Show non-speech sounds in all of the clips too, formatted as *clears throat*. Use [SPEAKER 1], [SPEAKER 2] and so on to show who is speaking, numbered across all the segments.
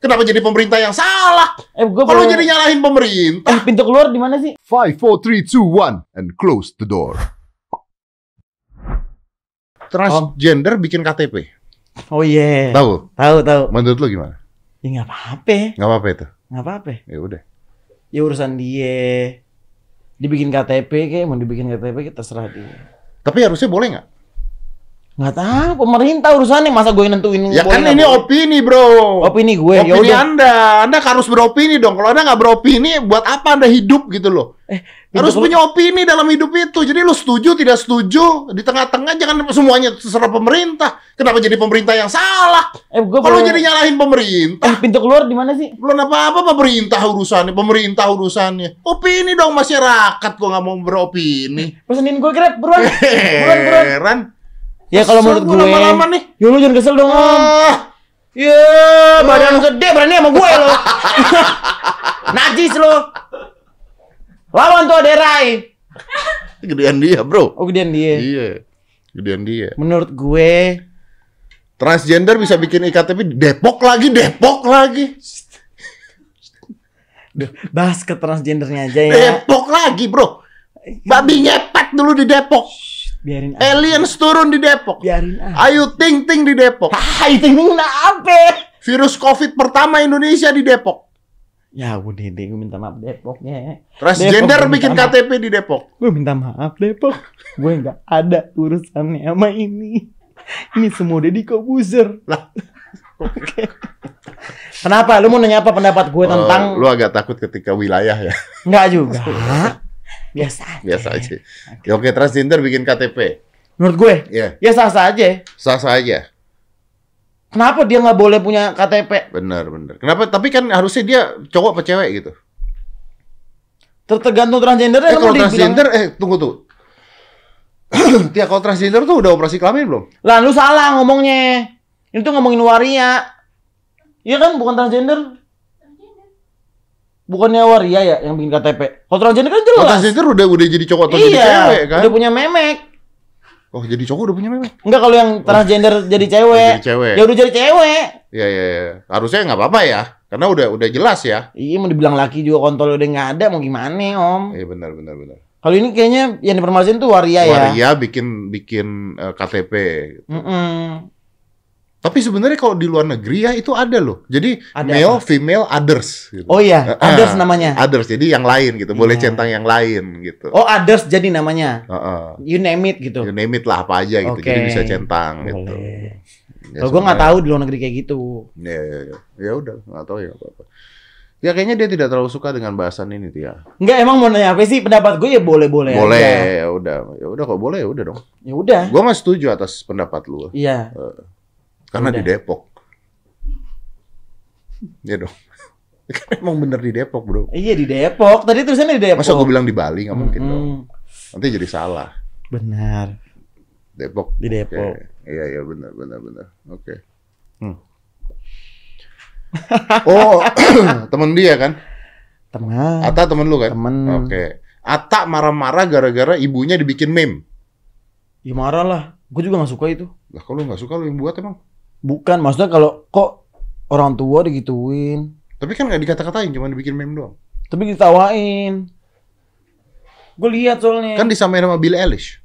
[SPEAKER 1] Kenapa jadi pemerintah yang salah?
[SPEAKER 2] Eh, gue
[SPEAKER 1] Kalau jadi ya- nyalahin pemerintah.
[SPEAKER 2] Eh, pintu keluar di mana sih?
[SPEAKER 3] Five, four, three, two, one, and close the door.
[SPEAKER 1] Transgender bikin KTP.
[SPEAKER 2] Oh iya.
[SPEAKER 1] Tahu?
[SPEAKER 2] Tahu tahu.
[SPEAKER 1] Menurut lo gimana?
[SPEAKER 2] Ya nggak apa-apa.
[SPEAKER 1] Gak apa-apa itu.
[SPEAKER 2] Nggak apa-apa.
[SPEAKER 1] Ya udah.
[SPEAKER 2] Ya urusan dia. Dibikin KTP kayak mau dibikin KTP kayak terserah dia.
[SPEAKER 1] Tapi harusnya boleh nggak?
[SPEAKER 2] Nggak tahu pemerintah urusannya masa gue yang nentuin.
[SPEAKER 1] Ya
[SPEAKER 2] Hmm, boleh
[SPEAKER 1] kan
[SPEAKER 2] nggak
[SPEAKER 1] ini
[SPEAKER 2] boleh?
[SPEAKER 1] opini bro.
[SPEAKER 2] opini gue. Ya
[SPEAKER 1] opini
[SPEAKER 2] udah.
[SPEAKER 1] Anda. Anda harus beropini dong. Kalau Anda nggak beropini, buat apa Anda hidup gitu loh? harus
[SPEAKER 2] Eh, Pintu
[SPEAKER 1] punya opini dalam hidup itu. Jadi lu setuju, tidak setuju, di tengah-tengah jangan semuanya terserah pemerintah. Kenapa jadi pemerintah yang salah?
[SPEAKER 2] keluar- Eh, gue
[SPEAKER 1] Kalau
[SPEAKER 2] baru-
[SPEAKER 1] jadi ya- nyalahin pemerintah.
[SPEAKER 2] Eh, pintu keluar di mana sih?
[SPEAKER 1] Belum apa-apa pemerintah urusannya, pemerintah urusannya. Opini dong masyarakat, gua nggak mau beropini.
[SPEAKER 2] Pesenin gue grab
[SPEAKER 1] *laughs*
[SPEAKER 2] buruan. buruan buruan.
[SPEAKER 1] Heran.
[SPEAKER 2] Ya kalau menurut
[SPEAKER 1] Kesel
[SPEAKER 2] gue.
[SPEAKER 1] gua lama-lama nih.
[SPEAKER 2] Ya lu jangan kesel dong om.
[SPEAKER 1] Ah,
[SPEAKER 2] Iya, badan gede berani sama gue lo. Najis lo. Lawan tuh ada Rai.
[SPEAKER 1] gedean dia, bro.
[SPEAKER 2] Oh gedean dia.
[SPEAKER 1] Iya. Gedean dia.
[SPEAKER 2] Menurut gue,
[SPEAKER 1] Transgender bisa bikin IKTP Depok lagi, Depok lagi.
[SPEAKER 2] bahas ke transgendernya aja ya.
[SPEAKER 1] Depok lagi, bro. Babi ngepet dulu di Depok.
[SPEAKER 2] Biarin aja.
[SPEAKER 1] Aliens turun di Depok.
[SPEAKER 2] Biarin aja.
[SPEAKER 1] Ayu Ting Ting di Depok.
[SPEAKER 2] Ah, itu ini apa?
[SPEAKER 1] Virus COVID pertama Indonesia di Depok.
[SPEAKER 2] Ya udah deh, gue minta maaf Depoknya.
[SPEAKER 1] Transgender
[SPEAKER 2] Depok, gue
[SPEAKER 1] bikin
[SPEAKER 2] minta maaf.
[SPEAKER 1] KTP di Depok.
[SPEAKER 2] Gue minta maaf Depok. Gue nggak ada urusannya sama ini. Ini semua Deddy Kobuzer.
[SPEAKER 1] Lah.
[SPEAKER 2] Oke. Kenapa? Lu mau nanya apa pendapat gue tentang
[SPEAKER 1] Eh, lu agak takut ketika wilayah ya, *laughs*
[SPEAKER 2] Enggak juga. Biasa. aja.
[SPEAKER 1] biasa aja. Ya, oke, transgender bikin KTP.
[SPEAKER 2] Menurut gue,
[SPEAKER 1] Ya,
[SPEAKER 2] ya sah-sah aja.
[SPEAKER 1] sah-sah aja.
[SPEAKER 2] Kenapa dia nggak boleh punya KTP?
[SPEAKER 1] Benar, benar. Kenapa? Tapi kan harusnya dia cowok apa cewek gitu.
[SPEAKER 2] Tergantung transgender
[SPEAKER 1] Eh, kalau transgender eh tunggu tuh. *clears throat* Tia, kalau transgender tuh udah operasi kelamin belum?
[SPEAKER 2] Lah lu salah ngomongnya. Itu ngomongin waria. Iya kan bukan transgender. Bukannya waria ya yang bikin KTP. Kalau transgender kan
[SPEAKER 1] Kalau
[SPEAKER 2] jelas.
[SPEAKER 1] transgender udah udah jadi cowok atau jadi
[SPEAKER 2] iya,
[SPEAKER 1] cewek kan?
[SPEAKER 2] udah punya memek.
[SPEAKER 1] Oh, jadi cowok udah punya memang.
[SPEAKER 2] Enggak kalau yang transgender jadi cewek.
[SPEAKER 1] Jadi cewek.
[SPEAKER 2] Ya udah jadi cewek.
[SPEAKER 1] Iya, iya, iya. Harusnya nggak apa-apa ya. Karena udah udah jelas ya.
[SPEAKER 2] Iya mau dibilang laki juga kontol udah nggak ada mau gimana om.
[SPEAKER 1] Iya benar benar benar.
[SPEAKER 2] Kalau ini kayaknya yang dipermasalahin tuh waria, ya.
[SPEAKER 1] Waria bikin bikin eh, KTP.
[SPEAKER 2] Mm-mm.
[SPEAKER 1] Tapi sebenarnya kalau di luar negeri ya itu ada loh. Jadi
[SPEAKER 2] Ada
[SPEAKER 1] male, female, others. Gitu.
[SPEAKER 2] Oh
[SPEAKER 1] *clears throat* Eh,
[SPEAKER 2] iya,
[SPEAKER 1] eh,
[SPEAKER 2] others namanya.
[SPEAKER 1] Others, jadi yang lain gitu. Boleh
[SPEAKER 2] Iya.
[SPEAKER 1] centang yang lain gitu.
[SPEAKER 2] Oh others jadi namanya.
[SPEAKER 1] Heeh.
[SPEAKER 2] You name it gitu.
[SPEAKER 1] You name it lah apa aja gitu.
[SPEAKER 2] Oke.
[SPEAKER 1] Jadi bisa centang gitu.
[SPEAKER 2] Boleh.
[SPEAKER 1] Ya,
[SPEAKER 2] Kalau gue nggak
[SPEAKER 1] sebenarnya-
[SPEAKER 2] tahu di luar negeri kayak gitu.
[SPEAKER 1] Ya, ya, ya. ya udah nggak tahu ya nggak apa-apa. Ya kayaknya dia tidak terlalu suka dengan bahasan ini Tia.
[SPEAKER 2] Enggak emang mau nanya apa sih pendapat gue ya boleh boleh. iya.
[SPEAKER 1] boleh
[SPEAKER 2] aja.
[SPEAKER 1] ya udah ya udah kok boleh ya udah dong.
[SPEAKER 2] Ya udah.
[SPEAKER 1] Gua nggak setuju atas pendapat lu.
[SPEAKER 2] Iya.
[SPEAKER 1] Karena
[SPEAKER 2] Udah.
[SPEAKER 1] di Depok. Ya dong. *laughs* Kan emang bener di Depok, Bro.
[SPEAKER 2] Iya di Depok. Tadi tulisannya di Depok.
[SPEAKER 1] Masa gue bilang di Bali nggak mungkin
[SPEAKER 2] Mm-mm.
[SPEAKER 1] dong. Nanti jadi salah.
[SPEAKER 2] Benar.
[SPEAKER 1] Depok.
[SPEAKER 2] Di
[SPEAKER 1] Oke.
[SPEAKER 2] Depok.
[SPEAKER 1] Iya, iya benar benar benar. Oke. Hmm. *laughs* Oh, *clears throat* temen dia kan?
[SPEAKER 2] Teman.
[SPEAKER 1] Ata temen lu kan?
[SPEAKER 2] Temen.
[SPEAKER 1] Oke. Ata marah-marah gara-gara ibunya dibikin meme.
[SPEAKER 2] Ya marah lah. Gue juga nggak suka itu.
[SPEAKER 1] Lah kalau lu nggak suka lu yang buat emang.
[SPEAKER 2] Bukan maksudnya kalau kok orang tua digituin,
[SPEAKER 1] Tapi kan nggak dikata-katain, cuma dibikin meme doang.
[SPEAKER 2] tapi ditawain. Gue lihat soalnya.
[SPEAKER 1] Kan disamain sama Billie Eilish.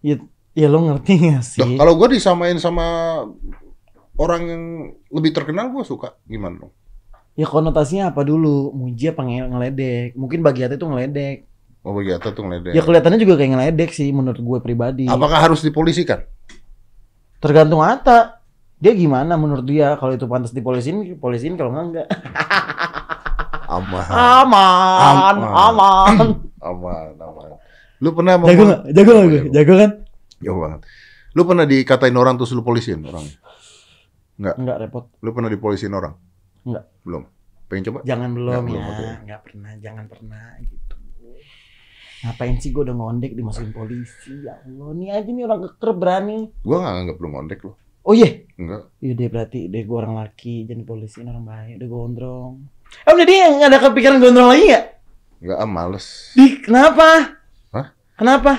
[SPEAKER 2] Ya, ya lo ngerti gak sih?
[SPEAKER 1] Loh, kalau gue disamain sama orang yang lebih terkenal gue suka gimana dong?
[SPEAKER 2] Ya konotasinya apa dulu? Muji apa nge- ngeledek? Mungkin bagi Ata itu ngeledek.
[SPEAKER 1] Oh bagi Atta tuh ngeledek.
[SPEAKER 2] Ya kelihatannya juga kayak ngeledek sih menurut gue pribadi.
[SPEAKER 1] Apakah harus dipolisikan?
[SPEAKER 2] Tergantung Ata. Dia gimana menurut dia? Kalau itu pantas dipolisin, polisin kalau enggak enggak.
[SPEAKER 1] Aman,
[SPEAKER 2] Aman,
[SPEAKER 1] Aman.
[SPEAKER 2] aman.
[SPEAKER 1] aman, aman. Lu pernah mau?
[SPEAKER 2] jago enggak? Jago enggak gue?
[SPEAKER 1] Jago.
[SPEAKER 2] Jago kan?
[SPEAKER 1] Jago banget. Lu pernah dikatain orang terus lu polisin orang?
[SPEAKER 2] Enggak repot.
[SPEAKER 1] Lu pernah dipolisin orang?
[SPEAKER 2] Enggak.
[SPEAKER 1] Belum. Pengen coba?
[SPEAKER 2] Jangan belum
[SPEAKER 1] belum,
[SPEAKER 2] ya.
[SPEAKER 1] oke.
[SPEAKER 2] Enggak pernah, jangan pernah gitu. Ngapain sih gue udah ngondek dimasukin polisi? Ya Allah, nih aja nih orang keker berani.
[SPEAKER 1] Gua nggak anggap lu ngondek lu.
[SPEAKER 2] Oh iya,
[SPEAKER 1] Enggak.
[SPEAKER 2] Iya deh berarti deh gue orang laki jadi polisi orang baik udah gondrong. Em jadi nggak ada kepikiran gondrong lagi nggak?
[SPEAKER 1] Enggak ah, males.
[SPEAKER 2] Di kenapa?
[SPEAKER 1] Hah?
[SPEAKER 2] Kenapa?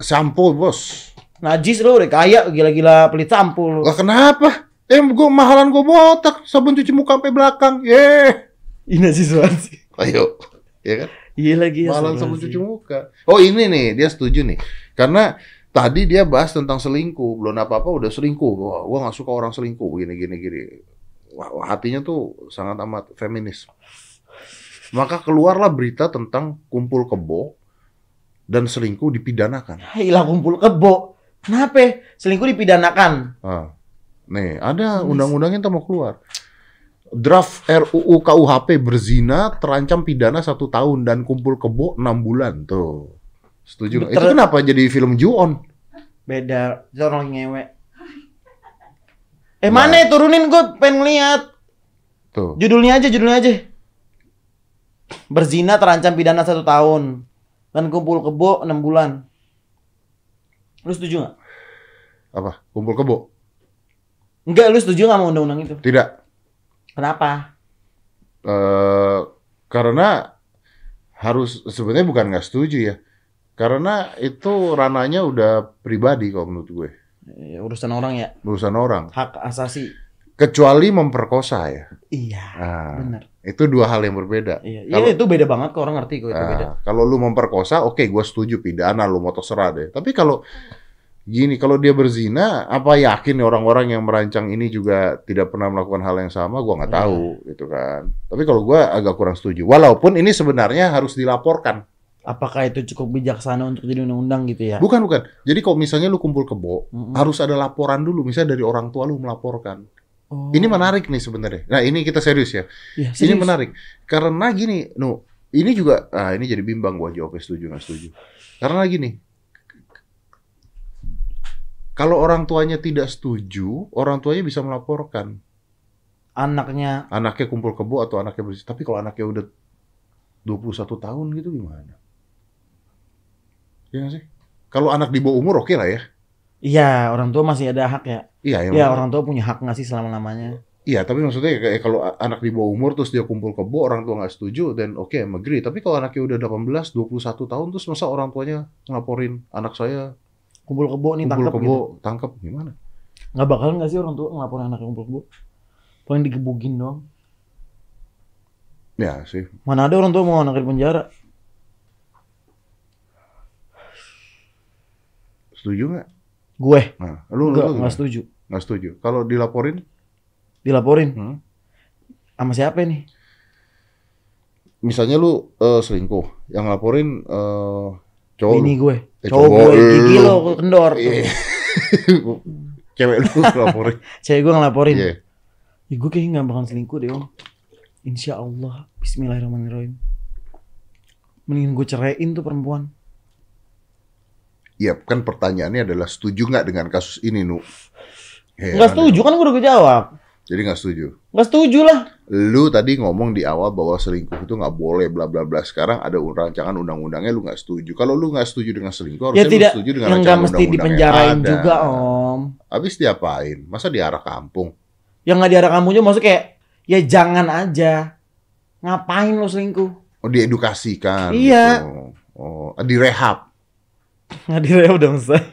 [SPEAKER 1] Sampo bos.
[SPEAKER 2] Najis lo udah kaya gila-gila pelit sampo lo.
[SPEAKER 1] Lah kenapa? Eh, gua mahalan gua botak, sabun cuci muka sampai belakang. Ye.
[SPEAKER 2] Ini sih iya, sih.
[SPEAKER 1] Ayo. Ya kan?
[SPEAKER 2] Iya lagi ya.
[SPEAKER 1] Mahalan
[SPEAKER 2] sama
[SPEAKER 1] sabun cuci muka. Oh, ini nih, dia setuju nih. Karena tadi dia bahas tentang selingkuh, belum apa-apa udah selingkuh. Wah, gua nggak suka orang selingkuh gini gini gini. Wah, wah, hatinya tuh sangat amat feminis. Maka keluarlah berita tentang kumpul kebo dan selingkuh dipidanakan.
[SPEAKER 2] Hilang kumpul kebo. Kenapa? Selingkuh dipidanakan.
[SPEAKER 1] Ah. Nih, ada undang-undangnya tuh mau keluar. Draft RUU KUHP berzina terancam pidana satu tahun dan kumpul kebo enam bulan tuh. Setuju nggak? Itu
[SPEAKER 2] Betul.
[SPEAKER 1] kenapa jadi film Ju-on?
[SPEAKER 2] Beda. Itu orang ngewe. Eh mana ya, turunin gue pengen ngeliat.
[SPEAKER 1] Tuh.
[SPEAKER 2] Judulnya aja, judulnya aja. Berzina terancam pidana satu tahun dan kumpul kebo enam bulan. Lu setuju nggak?
[SPEAKER 1] Apa? Kumpul kebo?
[SPEAKER 2] Enggak, lu setuju nggak sama undang-undang itu?
[SPEAKER 1] Tidak.
[SPEAKER 2] Kenapa?
[SPEAKER 1] Eh, karena harus sebenarnya bukan nggak setuju ya. Karena itu ranahnya udah pribadi kalau menurut gue.
[SPEAKER 2] Ya, urusan orang ya,
[SPEAKER 1] Urusan orang.
[SPEAKER 2] hak asasi.
[SPEAKER 1] Kecuali memperkosa ya.
[SPEAKER 2] Iya,
[SPEAKER 1] Nah,
[SPEAKER 2] benar.
[SPEAKER 1] itu dua hal yang berbeda.
[SPEAKER 2] Iya,
[SPEAKER 1] Kalau-
[SPEAKER 2] Iya, itu beda banget kok orang ngerti kok itu beda.
[SPEAKER 1] Ah, kalau lu memperkosa, oke gua setuju pidana lu mau terserah deh. Tapi kalau gini, kalau dia berzina, apa yakin nih orang-orang yang merancang ini juga tidak pernah melakukan hal yang sama? Gua nggak
[SPEAKER 2] Iya.
[SPEAKER 1] tahu gitu kan. Tapi kalau gua agak kurang setuju. Walaupun ini sebenarnya harus dilaporkan.
[SPEAKER 2] Apakah itu cukup bijaksana untuk jadi undang-undang gitu ya?
[SPEAKER 1] Bukan bukan. Jadi kalau misalnya lu kumpul kebo,
[SPEAKER 2] Mm-mm.
[SPEAKER 1] harus ada laporan dulu misalnya dari orang tua lu melaporkan.
[SPEAKER 2] Oh.
[SPEAKER 1] Ini menarik nih sebenarnya. Nah, ini kita serius ya. Ini
[SPEAKER 2] Ya, serius.
[SPEAKER 1] menarik karena gini, no, ini juga ah ini jadi bimbang gua jawabnya setuju nggak setuju. Karena gini, kalau orang tuanya tidak setuju, orang tuanya bisa melaporkan
[SPEAKER 2] Anaknya
[SPEAKER 1] anaknya kumpul kebo atau anaknya bersih. Tapi kalau anaknya udah 21 tahun gitu gimana? Iya nggak sih? Kalau anak di bawah umur oke lah ya.
[SPEAKER 2] Iya, orang tua masih ada hak ya.
[SPEAKER 1] Iya, yang-
[SPEAKER 2] Iya, orang tua punya hak nggak sih selama-lamanya?
[SPEAKER 1] Iya, tapi maksudnya kayak kalau a- anak di bawah umur terus dia kumpul kebo, orang tua nggak setuju, dan oke, I'm agree. Tapi kalau anaknya udah 18, 21 tahun, terus masa orang tuanya ngelaporin anak saya
[SPEAKER 2] Kumpul kebo nih
[SPEAKER 1] kumpul
[SPEAKER 2] tangkap
[SPEAKER 1] kebo,
[SPEAKER 2] gitu.
[SPEAKER 1] tangkap gimana?
[SPEAKER 2] Nggak bakal nggak sih orang tua ngelaporin anak kumpul kebo? Paling digebukin doang.
[SPEAKER 1] Ya sih,
[SPEAKER 2] Mana ada orang tua mau anak di penjara?
[SPEAKER 1] setuju nggak?
[SPEAKER 2] Gue
[SPEAKER 1] Nah, lu
[SPEAKER 2] nggak
[SPEAKER 1] lu
[SPEAKER 2] nggak
[SPEAKER 1] nggak setuju.
[SPEAKER 2] setuju.
[SPEAKER 1] Nggak setuju. Kalau dilaporin,
[SPEAKER 2] Dilaporin
[SPEAKER 1] hmm,
[SPEAKER 2] sama siapa nih?
[SPEAKER 1] misalnya lu eh, selingkuh, yang laporin eh, cowok *laughs*
[SPEAKER 2] Ini
[SPEAKER 1] lu,
[SPEAKER 2] gue.
[SPEAKER 1] Eh,
[SPEAKER 2] Cowok
[SPEAKER 1] cowok
[SPEAKER 2] gue
[SPEAKER 1] lu.
[SPEAKER 2] gigi lo kendor. tuh.
[SPEAKER 1] Iya. cewek lu *laughs* laporin.
[SPEAKER 2] Cewek gue ngelaporin.
[SPEAKER 1] Iya.
[SPEAKER 2] Ih, gue kayaknya nggak bakal selingkuh deh, Om. Insya Allah. Bismillahirrahmanirrahim. Mendingan gue ceraiin tuh perempuan.
[SPEAKER 1] Iya, kan pertanyaannya adalah setuju nggak dengan kasus ini, Nu? Heran
[SPEAKER 2] Nggak setuju kan gue udah jawab.
[SPEAKER 1] ya. Jadi nggak setuju.
[SPEAKER 2] Nggak setuju lah.
[SPEAKER 1] lu tadi ngomong di awal bahwa selingkuh itu nggak boleh bla bla bla sekarang ada un- rancangan undang-undangnya lu nggak setuju kalau lu nggak setuju dengan selingkuh harusnya
[SPEAKER 2] Ya tidak.
[SPEAKER 1] lu setuju dengan
[SPEAKER 2] Yang nggak
[SPEAKER 1] rancangan
[SPEAKER 2] mesti
[SPEAKER 1] undang-undangnya.
[SPEAKER 2] dipenjarain
[SPEAKER 1] Ada.
[SPEAKER 2] juga, oh. Om.
[SPEAKER 1] habis diapain masa diarah kampung
[SPEAKER 2] Yang nggak diarah kamu aja maksudnya kayak ya jangan aja. Ngapain lo selingkuh? *laughs*
[SPEAKER 1] oh diedukasikan
[SPEAKER 2] Iya.
[SPEAKER 1] gitu. oh direhab
[SPEAKER 2] Nggak direhab dong, Ustaz.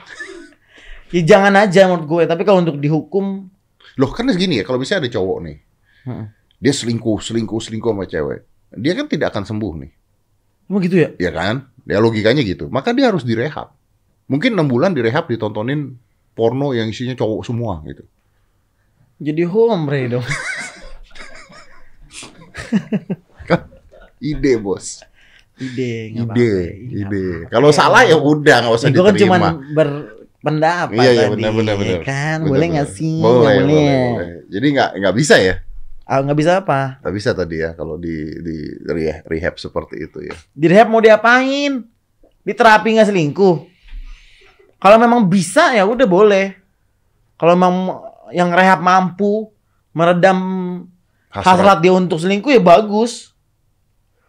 [SPEAKER 2] *laughs* ya jangan aja menurut gue. Tapi kalau untuk dihukum,
[SPEAKER 1] loh kan gini ya kalau misalnya ada cowok nih
[SPEAKER 2] Heeh.
[SPEAKER 1] dia selingkuh selingkuh selingkuh sama cewek dia kan tidak akan sembuh nih
[SPEAKER 2] emang gitu ya?
[SPEAKER 1] ya kan ya logikanya gitu maka dia harus direhab mungkin enam bulan direhab ditontonin porno yang isinya cowok semua gitu
[SPEAKER 2] Jadi hombre dong. *laughs*
[SPEAKER 1] Kan? ide bos
[SPEAKER 2] Ide,
[SPEAKER 1] ide,
[SPEAKER 2] nggak apa-apa. Ih, nggak
[SPEAKER 1] ide. Kalau salah ya udah nggak usah
[SPEAKER 2] Ya, gue iya. kan
[SPEAKER 1] diterima.
[SPEAKER 2] cuman berpendapat
[SPEAKER 1] Iya, iya,
[SPEAKER 2] tadi,
[SPEAKER 1] benar, benar, benar.
[SPEAKER 2] kan?
[SPEAKER 1] Bener,
[SPEAKER 2] boleh
[SPEAKER 1] bener.
[SPEAKER 2] nggak sih? Nggak
[SPEAKER 1] Boleh,
[SPEAKER 2] boleh.
[SPEAKER 1] boleh, boleh. Jadi nggak nggak bisa ya?
[SPEAKER 2] Ah, nggak bisa apa?
[SPEAKER 1] Nggak bisa tadi ya kalau di di re- rehab seperti itu ya.
[SPEAKER 2] Di rehab mau diapain? Di terapi nggak selingkuh? Kalau memang bisa ya udah boleh. Kalau memang yang rehab mampu meredam hasrat, dia untuk selingkuh ya bagus.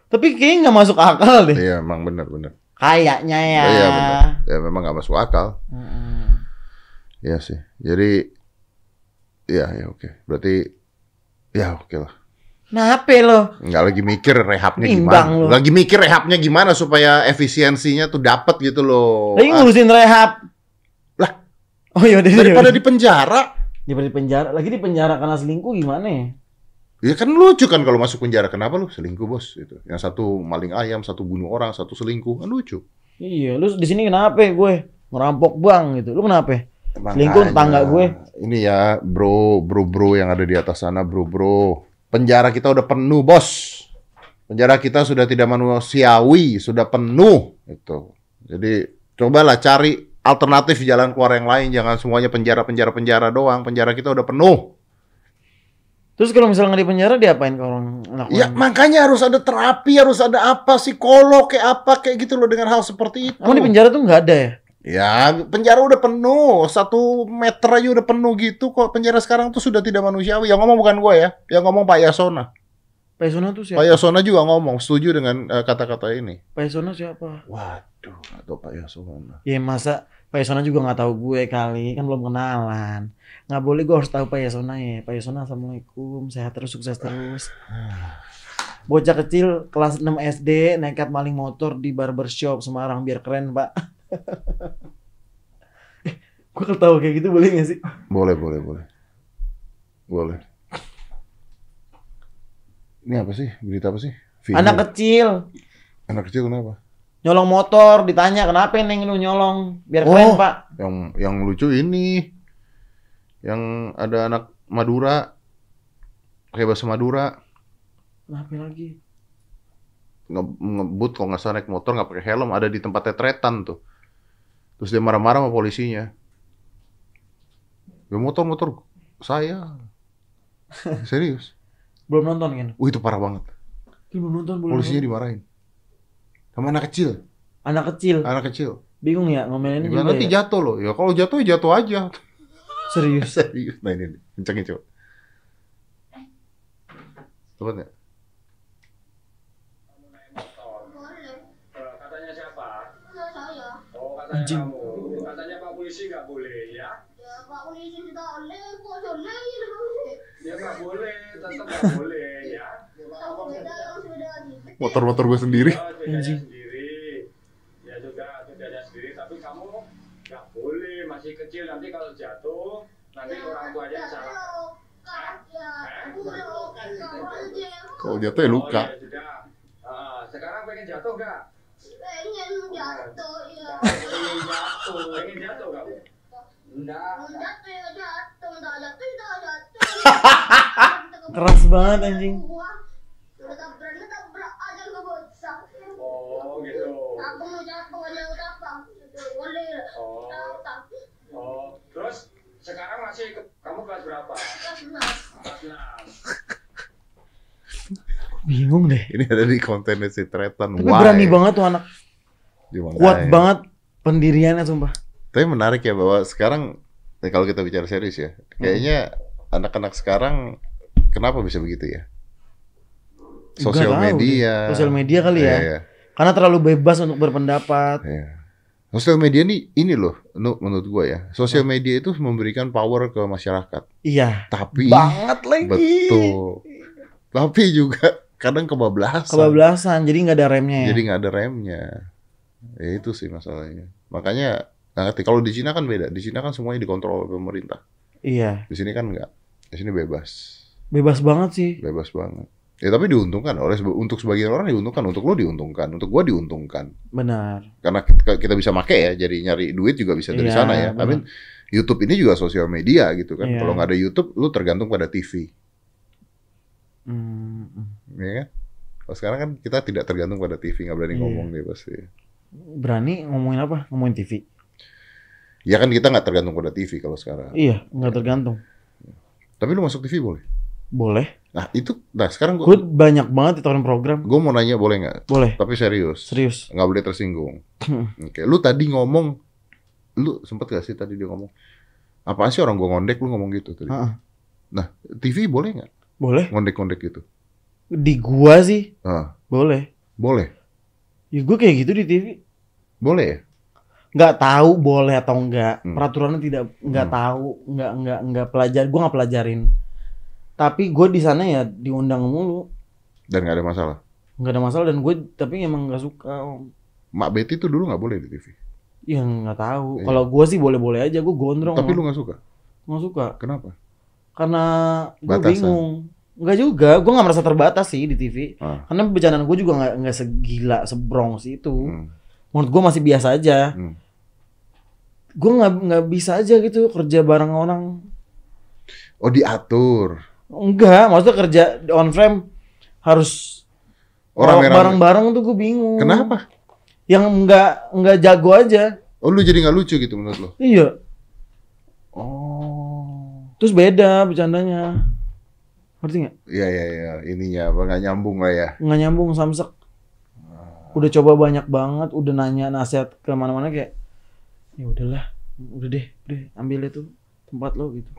[SPEAKER 2] Tapi kayaknya nggak masuk akal deh.
[SPEAKER 1] Iya, emang benar-benar.
[SPEAKER 2] Kayaknya ya.
[SPEAKER 1] Iya, benar. Ya memang nggak masuk akal.
[SPEAKER 2] Mm-mm.
[SPEAKER 1] Iya sih. Jadi ya ya oke. Berarti ya oke lah.
[SPEAKER 2] Kenapa Nah, lo?
[SPEAKER 1] Nggak lagi mikir rehabnya
[SPEAKER 2] Bimbang
[SPEAKER 1] gimana.
[SPEAKER 2] lu.
[SPEAKER 1] Lagi mikir rehabnya gimana supaya efisiensinya tuh dapat gitu loh.
[SPEAKER 2] Lagi
[SPEAKER 1] Ah,
[SPEAKER 2] ngurusin rehab.
[SPEAKER 1] Lah.
[SPEAKER 2] Oh iya udah, iya,
[SPEAKER 1] daripada
[SPEAKER 2] udah.
[SPEAKER 1] di penjara
[SPEAKER 2] Dia di penjara, lagi di penjara karena selingkuh gimana ya?
[SPEAKER 1] Ya kan lucu kan kalau masuk penjara. Kenapa lu selingkuh bos? Itu. Yang satu maling ayam, satu bunuh orang, satu selingkuh. Kan lucu.
[SPEAKER 2] Iya, lu di sini kenapa ya gue? Ngerampok bank gitu. Lu kenapa? ya?
[SPEAKER 1] Makanya,
[SPEAKER 2] Selingkuh tetangga gue.
[SPEAKER 1] Ini ya bro, bro bro yang ada di atas sana bro bro. Penjara kita udah penuh bos. Penjara kita sudah tidak manusiawi, sudah penuh itu. Jadi cobalah cari alternatif jalan keluar yang lain. Jangan semuanya penjara penjara penjara doang. Penjara kita udah penuh.
[SPEAKER 2] Terus kalau misalnya nggak di penjara diapain ke orang anak
[SPEAKER 1] Ya
[SPEAKER 2] orang?
[SPEAKER 1] makanya harus ada terapi, harus ada apa psikolog kayak apa kayak gitu loh dengan hal seperti itu.
[SPEAKER 2] Emang di penjara tuh nggak ada ya?
[SPEAKER 1] Ya, penjara udah penuh. Satu meter aja udah penuh gitu kok. Penjara sekarang tuh sudah tidak manusiawi. Yang ngomong bukan gue ya. Yang ngomong Pak Yasona.
[SPEAKER 2] Pesona tuh
[SPEAKER 1] Pak
[SPEAKER 2] siapa?
[SPEAKER 1] Yasona juga ngomong. Setuju dengan eh, kata-kata ini.
[SPEAKER 2] Pesona siapa?
[SPEAKER 1] Waduh, atau Pak Yasona.
[SPEAKER 2] Ya masa Pesona juga nggak tahu gue kali, kan belum kenalan. Nggak boleh gue harus tahu Pesona ya. Pesona assalamualaikum, sehat terus, sukses terus. Bocah kecil kelas 6 SD nekat maling motor di barbershop Semarang biar keren pak. *laughs* Eh, gue ketawa kayak gitu boleh gak sih?
[SPEAKER 1] Boleh, boleh, boleh. Boleh. Ini apa sih? Berita apa sih? Video.
[SPEAKER 2] Anak kecil
[SPEAKER 1] Anak kecil kenapa?
[SPEAKER 2] nyolong motor ditanya kenapa neng lu nyolong biar keren
[SPEAKER 1] Oh.
[SPEAKER 2] pak.
[SPEAKER 1] Yang yang lucu ini. Yang ada anak Madura. Pakai bahasa Madura.
[SPEAKER 2] Kenapa ya lagi?
[SPEAKER 1] nge- ngebut kalau nggak salah naik motor nggak pakai helm ada di tempat tetretan tuh terus dia marah-marah sama polisinya ya motor motor saya serius
[SPEAKER 2] Belum nonton kan?
[SPEAKER 1] wih itu parah banget
[SPEAKER 2] Belum nonton belum.
[SPEAKER 1] polisinya
[SPEAKER 2] nonton.
[SPEAKER 1] dimarahin sama anak kecil
[SPEAKER 2] Anak kecil
[SPEAKER 1] anak kecil
[SPEAKER 2] bingung ya ngomelin
[SPEAKER 1] Dibilang,
[SPEAKER 2] juga
[SPEAKER 1] nanti
[SPEAKER 2] ya?
[SPEAKER 1] jatuh loh ya kalau jatuh ya jatuh aja *laughs*
[SPEAKER 2] Serius.
[SPEAKER 1] serius nah ini nih. kencengin coba Tepat nggak?
[SPEAKER 4] Nah, Katanya siapa?
[SPEAKER 5] saya.
[SPEAKER 4] Oh, katanya
[SPEAKER 2] Anjing.
[SPEAKER 4] kamu. Katanya Pak Polisi nggak boleh ya?
[SPEAKER 5] Ya, Pak Polisi tidak boleh, kok boleh gitu.
[SPEAKER 4] Ya nggak boleh, tetap nggak boleh ya.
[SPEAKER 5] Tahu beda, tahu beda gitu.
[SPEAKER 1] motor-motor gue sendiri
[SPEAKER 4] Oh, sepedanya
[SPEAKER 2] Anjing.
[SPEAKER 4] sendiri. Ya juga sepedanya sendiri, tapi kamu nggak boleh masih kecil nanti kalau jatuh nanti orang tuanya yang salah.
[SPEAKER 1] kalau jatuh ya luka
[SPEAKER 4] Oh, ya sudah. Ah, sekarang pengen jatuh nggak?
[SPEAKER 5] Pengen jatuh ya.
[SPEAKER 4] Pengen jatuh, pengen jatuh kamu? Enggak.
[SPEAKER 5] Jatuh ya jatuh, tidak jatuh tidak jatuh.
[SPEAKER 2] Keras banget, anjing.
[SPEAKER 5] Udah tabrak, udah tabrak aja ke bocah.
[SPEAKER 4] Oh, gitu.
[SPEAKER 5] Aku mau jatuh aja udah apa? Boleh.
[SPEAKER 4] Oh.
[SPEAKER 5] Jatuh.
[SPEAKER 4] Oh, terus sekarang masih ke- kamu kelas berapa?
[SPEAKER 5] Keras banget.
[SPEAKER 4] Kelas 6.
[SPEAKER 2] Bingung deh.
[SPEAKER 1] ini ada di kontennya si Tretan
[SPEAKER 2] Tapi berani banget tuh anak. Kuat banget pendiriannya sumpah.
[SPEAKER 1] Tapi menarik ya bahwa sekarang ya kalau kita bicara serius ya,
[SPEAKER 2] Hmm.
[SPEAKER 1] kayaknya anak-anak sekarang kenapa bisa begitu ya? Sosial
[SPEAKER 2] Nggak tahu
[SPEAKER 1] media.
[SPEAKER 2] deh. Sosial media kali ya.
[SPEAKER 1] Iya, iya,
[SPEAKER 2] Karena terlalu bebas untuk berpendapat.
[SPEAKER 1] iya. Sosial media nih ini loh, nu- menurut gua ya. Sosial media itu memberikan power ke masyarakat.
[SPEAKER 2] Iya.
[SPEAKER 1] Tapi
[SPEAKER 2] Banget lagi.
[SPEAKER 1] betul. Tapi juga kadang kebablasan.
[SPEAKER 2] Kebablasan, jadi nggak ada remnya ya.
[SPEAKER 1] Jadi nggak ada remnya. Ya itu sih masalahnya. Makanya nggak ngerti. Kalau di Cina kan beda. Di Cina kan semuanya dikontrol oleh pemerintah.
[SPEAKER 2] Iya.
[SPEAKER 1] Di sini kan nggak. Di sini bebas.
[SPEAKER 2] Bebas banget sih.
[SPEAKER 1] bebas banget ya tapi diuntungkan oleh sebe- untuk sebagian orang diuntungkan untuk lo diuntungkan untuk gua diuntungkan
[SPEAKER 2] Benar.
[SPEAKER 1] karena kita, kita bisa make ya jadi nyari duit juga bisa dari
[SPEAKER 2] Iya,
[SPEAKER 1] sana ya tapi
[SPEAKER 2] benar.
[SPEAKER 1] YouTube ini juga sosial media gitu kan
[SPEAKER 2] Iya.
[SPEAKER 1] kalau nggak ada YouTube lu tergantung pada TV
[SPEAKER 2] Hmm,
[SPEAKER 1] ya kan kalau sekarang kan kita tidak tergantung pada TV nggak berani
[SPEAKER 2] Iya.
[SPEAKER 1] ngomong deh pasti
[SPEAKER 2] berani ngomongin apa? Ngomongin TV.
[SPEAKER 1] Eh. ya kan kita nggak tergantung pada TV kalau sekarang
[SPEAKER 2] Iya, nggak tergantung.
[SPEAKER 1] tapi lu masuk TV boleh
[SPEAKER 2] Boleh.
[SPEAKER 1] nah itu nah sekarang
[SPEAKER 2] Gue
[SPEAKER 1] gua
[SPEAKER 2] banyak banget ditawarin program.
[SPEAKER 1] gua mau nanya boleh nggak
[SPEAKER 2] Boleh.
[SPEAKER 1] tapi serius
[SPEAKER 2] Serius.
[SPEAKER 1] nggak boleh *clears throat* tersinggung. Oke, lu tadi ngomong, lu sempet gak sih tadi dia ngomong, apaan sih orang gua ngondek lu ngomong gitu tadi?
[SPEAKER 2] Heeh.
[SPEAKER 1] Nah, TV boleh nggak
[SPEAKER 2] Boleh.
[SPEAKER 1] ngondek-ngondek gitu?
[SPEAKER 2] Di gua sih
[SPEAKER 1] Ah,
[SPEAKER 2] boleh.
[SPEAKER 1] boleh,
[SPEAKER 2] Ya gue kayak gitu di TV.
[SPEAKER 1] boleh ya?
[SPEAKER 2] Nggak tahu boleh atau enggak.
[SPEAKER 1] Hmm.
[SPEAKER 2] Peraturannya tidak nggak
[SPEAKER 1] Hmm.
[SPEAKER 2] tahu, nggak nggak nggak pelajar. Gue nggak pelajarin. Tapi gue di sana ya diundang mulu.
[SPEAKER 1] Dan nggak ada masalah.
[SPEAKER 2] Nggak ada masalah dan gue tapi emang nggak suka.
[SPEAKER 1] Mak Betty tuh dulu nggak boleh di TV.
[SPEAKER 2] Ya nggak tahu.
[SPEAKER 1] Iya.
[SPEAKER 2] Kalau gue sih boleh-boleh aja. Gue gondrong.
[SPEAKER 1] Tapi
[SPEAKER 2] Om.
[SPEAKER 1] lu nggak suka.
[SPEAKER 2] nggak suka
[SPEAKER 1] Kenapa?
[SPEAKER 2] karena gue
[SPEAKER 1] Batasan.
[SPEAKER 2] bingung Enggak juga, gue nggak merasa terbatas sih di TV.
[SPEAKER 1] Ah.
[SPEAKER 2] Karena bercandaan gue juga nggak nggak segila sebrong sih itu.
[SPEAKER 1] Hmm.
[SPEAKER 2] Menurut gue masih biasa aja.
[SPEAKER 1] Hmm.
[SPEAKER 2] Gue nggak nggak bisa aja gitu kerja bareng orang
[SPEAKER 1] Oh diatur.
[SPEAKER 2] Enggak, maksudnya kerja di on frame harus
[SPEAKER 1] Orang merah.
[SPEAKER 2] bareng-bareng tuh gue bingung.
[SPEAKER 1] Oh, Kenapa?
[SPEAKER 2] Yang enggak enggak jago aja.
[SPEAKER 1] Oh lu jadi nggak lucu gitu menurut lo?
[SPEAKER 2] Iya.
[SPEAKER 1] Oh.
[SPEAKER 2] Terus beda bercandanya. Ngerti nggak?
[SPEAKER 1] Iya iya iya ininya apa nggak nyambung lah ya.
[SPEAKER 2] Nggak nyambung samsek. Udah coba banyak banget, udah nanya nasihat ke mana-mana kayak ya udahlah, udah deh, udah ambil itu tempat lo gitu.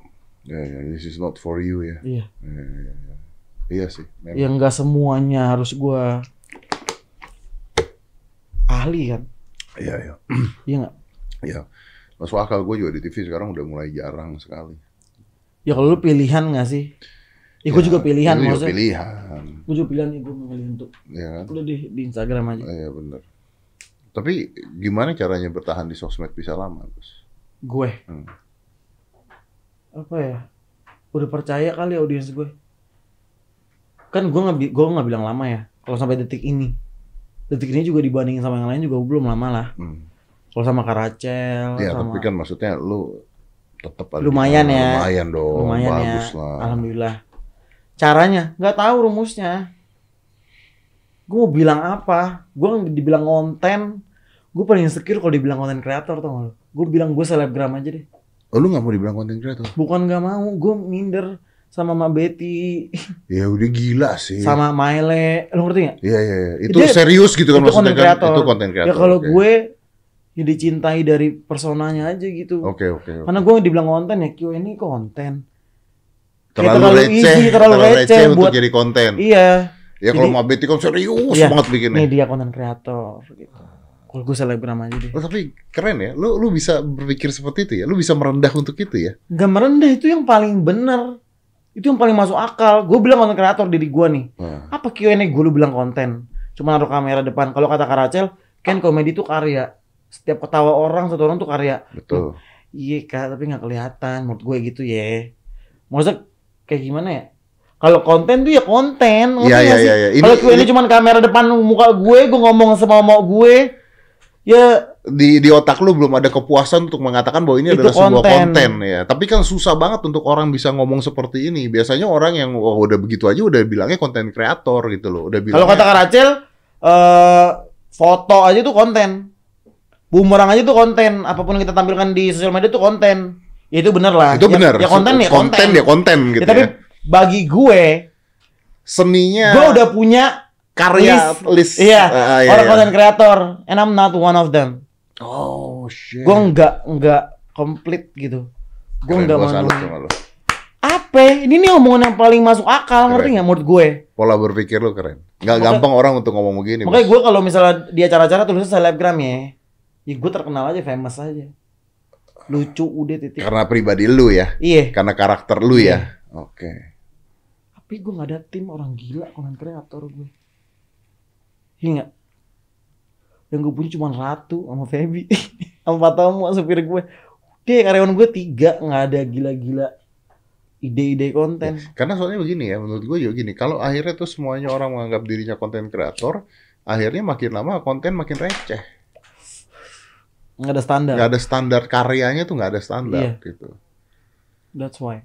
[SPEAKER 1] Ya, ya, this is not for you ya.
[SPEAKER 2] Iya.
[SPEAKER 1] Iya, iya, iya. Iya sih. Memang.
[SPEAKER 2] Yang enggak semuanya harus gua ahli kan.
[SPEAKER 1] Iya iya.
[SPEAKER 2] Iya nggak?
[SPEAKER 1] Iya. Masuk akal gue juga di TV sekarang udah mulai jarang sekali.
[SPEAKER 2] Ya kalau lu pilihan nggak sih? Ya, gue
[SPEAKER 1] Ya,
[SPEAKER 2] juga pilihan
[SPEAKER 1] itu juga
[SPEAKER 2] maksudnya.
[SPEAKER 1] Pilihan.
[SPEAKER 2] Gue juga pilihan, ya, gue memilih untuk
[SPEAKER 1] Ya kan?
[SPEAKER 2] udah di, di Instagram aja.
[SPEAKER 1] Iya bener. Tapi gimana caranya bertahan di sosmed bisa lama? Gus?
[SPEAKER 2] Gue
[SPEAKER 1] Hmm.
[SPEAKER 2] apa ya? Udah percaya kali ya audiens gue. Kan gue nggak bi- gue nggak bilang lama ya. Kalau sampai detik ini, detik ini juga dibandingin sama yang lain juga belum lama lah.
[SPEAKER 1] Hmm.
[SPEAKER 2] Kalau sama Karacel,
[SPEAKER 1] Iya,
[SPEAKER 2] sama
[SPEAKER 1] tapi kan maksudnya lu tetap ada
[SPEAKER 2] Lumayan
[SPEAKER 1] di sana.
[SPEAKER 2] ya.
[SPEAKER 1] Lumayan dong.
[SPEAKER 2] lumayan ya.
[SPEAKER 1] bagus lah.
[SPEAKER 2] Alhamdulillah. Caranya nggak tahu rumusnya. Gue mau bilang apa? Gue dibilang konten. Gue paling insecure kalau dibilang konten kreator tau gak lo. Gue bilang gue selebgram aja deh.
[SPEAKER 1] Oh, lu gak mau dibilang konten kreator?
[SPEAKER 2] Bukan nggak mau, gue minder sama Mbak Betty,
[SPEAKER 1] Ya udah gila sih.
[SPEAKER 2] sama Maile. Lo ngerti nggak?
[SPEAKER 1] Iya, iya, iya. Itu
[SPEAKER 2] Dia-
[SPEAKER 1] serius gitu kan
[SPEAKER 2] itu
[SPEAKER 1] maksudnya
[SPEAKER 2] konten
[SPEAKER 1] kan?
[SPEAKER 2] kreator.
[SPEAKER 1] Itu konten kreator.
[SPEAKER 2] Ya kalau
[SPEAKER 1] oke.
[SPEAKER 2] gue ya dicintai dari personanya aja gitu.
[SPEAKER 1] Oke, oke. oke.
[SPEAKER 2] Karena gue dibilang konten ya Q ini konten. kayak
[SPEAKER 1] Terlalu,
[SPEAKER 2] Ya, terlalu
[SPEAKER 1] receh,
[SPEAKER 2] easy, terlalu receh
[SPEAKER 1] untuk
[SPEAKER 2] buat-
[SPEAKER 1] jadi konten.
[SPEAKER 2] Iya.
[SPEAKER 1] ya kalau
[SPEAKER 2] jadi-
[SPEAKER 1] mau Betty kan serius
[SPEAKER 2] Iya.
[SPEAKER 1] banget bikinnya.
[SPEAKER 2] Nih dia konten kreator gitu. Kalau gue selebgram aja deh.
[SPEAKER 1] Oh, tapi keren ya. Lu lu bisa berpikir seperti itu ya. Lu bisa merendah untuk itu ya.
[SPEAKER 2] Gak merendah itu yang paling bener. Itu yang paling masuk akal. Gue bilang konten kreator diri gue nih.
[SPEAKER 1] Nah,
[SPEAKER 2] Apa Q&A gue lu bilang konten? Cuma naruh kamera depan. Kalau kata Karacel, kan komedi itu karya. Setiap ketawa orang, satu orang tuh karya.
[SPEAKER 1] betul.
[SPEAKER 2] Iya kak, tapi nggak kelihatan. Menurut gue gitu ya. Maksudnya kayak gimana ya? Kalau konten tuh ya konten. ngerti
[SPEAKER 1] Iya,
[SPEAKER 2] nggak
[SPEAKER 1] iya,
[SPEAKER 2] sih?
[SPEAKER 1] iya, iya. Ini-
[SPEAKER 2] Kalau Q&A
[SPEAKER 1] ini-
[SPEAKER 2] cuma kamera depan muka gue, gue ngomong sama mau gue. Ya
[SPEAKER 1] Di di otak lu belum ada kepuasan untuk mengatakan bahwa ini
[SPEAKER 2] Itu
[SPEAKER 1] adalah sebuah
[SPEAKER 2] konten.
[SPEAKER 1] konten ya. Tapi kan susah banget untuk orang bisa ngomong seperti ini. Biasanya orang yang wah udah begitu aja udah bilangnya konten kreator gitu loh. Udah bilang.
[SPEAKER 2] Kalau kata Kak Rachel, eh, foto aja tuh konten. Bumerang aja tuh konten. Apapun yang kita tampilkan di sosial media tuh konten. Ya itu bener lah.
[SPEAKER 1] itu
[SPEAKER 2] Ya-
[SPEAKER 1] benar.
[SPEAKER 2] Ya, konten ya konten.
[SPEAKER 1] Konten ya konten
[SPEAKER 2] Ya,
[SPEAKER 1] gitu ya.
[SPEAKER 2] tapi bagi gue,
[SPEAKER 1] Seninya
[SPEAKER 2] gue udah punya
[SPEAKER 1] karya
[SPEAKER 2] list.
[SPEAKER 1] list.
[SPEAKER 2] Iya,
[SPEAKER 1] Ah, iya,
[SPEAKER 2] orang
[SPEAKER 1] iya.
[SPEAKER 2] konten kreator. And I'm not one of them.
[SPEAKER 1] Oh shit.
[SPEAKER 2] Gue enggak enggak komplit gitu. Gue
[SPEAKER 1] Keren,
[SPEAKER 2] enggak
[SPEAKER 1] gua
[SPEAKER 2] mau.
[SPEAKER 1] salut sama lu.
[SPEAKER 2] Apa? Ini nih omongan yang paling masuk akal, ngerti
[SPEAKER 1] Keren.
[SPEAKER 2] nggak menurut gue?
[SPEAKER 1] Pola berpikir lu keren. Nggak
[SPEAKER 2] Makanya-
[SPEAKER 1] gampang orang untuk ngomong begini.
[SPEAKER 2] Makanya
[SPEAKER 1] Bos.
[SPEAKER 2] gue kalau misalnya di acara-acara tulisnya selebgram ya, ya gue terkenal aja, famous aja. Lucu udah titik.
[SPEAKER 1] Karena pribadi lu ya.
[SPEAKER 2] Iya.
[SPEAKER 1] Karena karakter lu ya. Oke.
[SPEAKER 2] Tapi gue nggak ada tim orang gila konten kreator gue. Iya nggak? Yang gue punya cuma Ratu sama Feby, *laughs* sama Patomo supir gue. Dia karyawan gue tiga nggak ada gila-gila ide-ide konten.
[SPEAKER 1] Karena soalnya begini ya, menurut gue juga gini. Kalau akhirnya tuh semuanya orang menganggap dirinya konten kreator, akhirnya makin lama konten makin receh.
[SPEAKER 2] Nggak ada standar.
[SPEAKER 1] Nggak ada standar karyanya tuh nggak ada standar
[SPEAKER 2] Iya.
[SPEAKER 1] gitu.
[SPEAKER 2] That's why.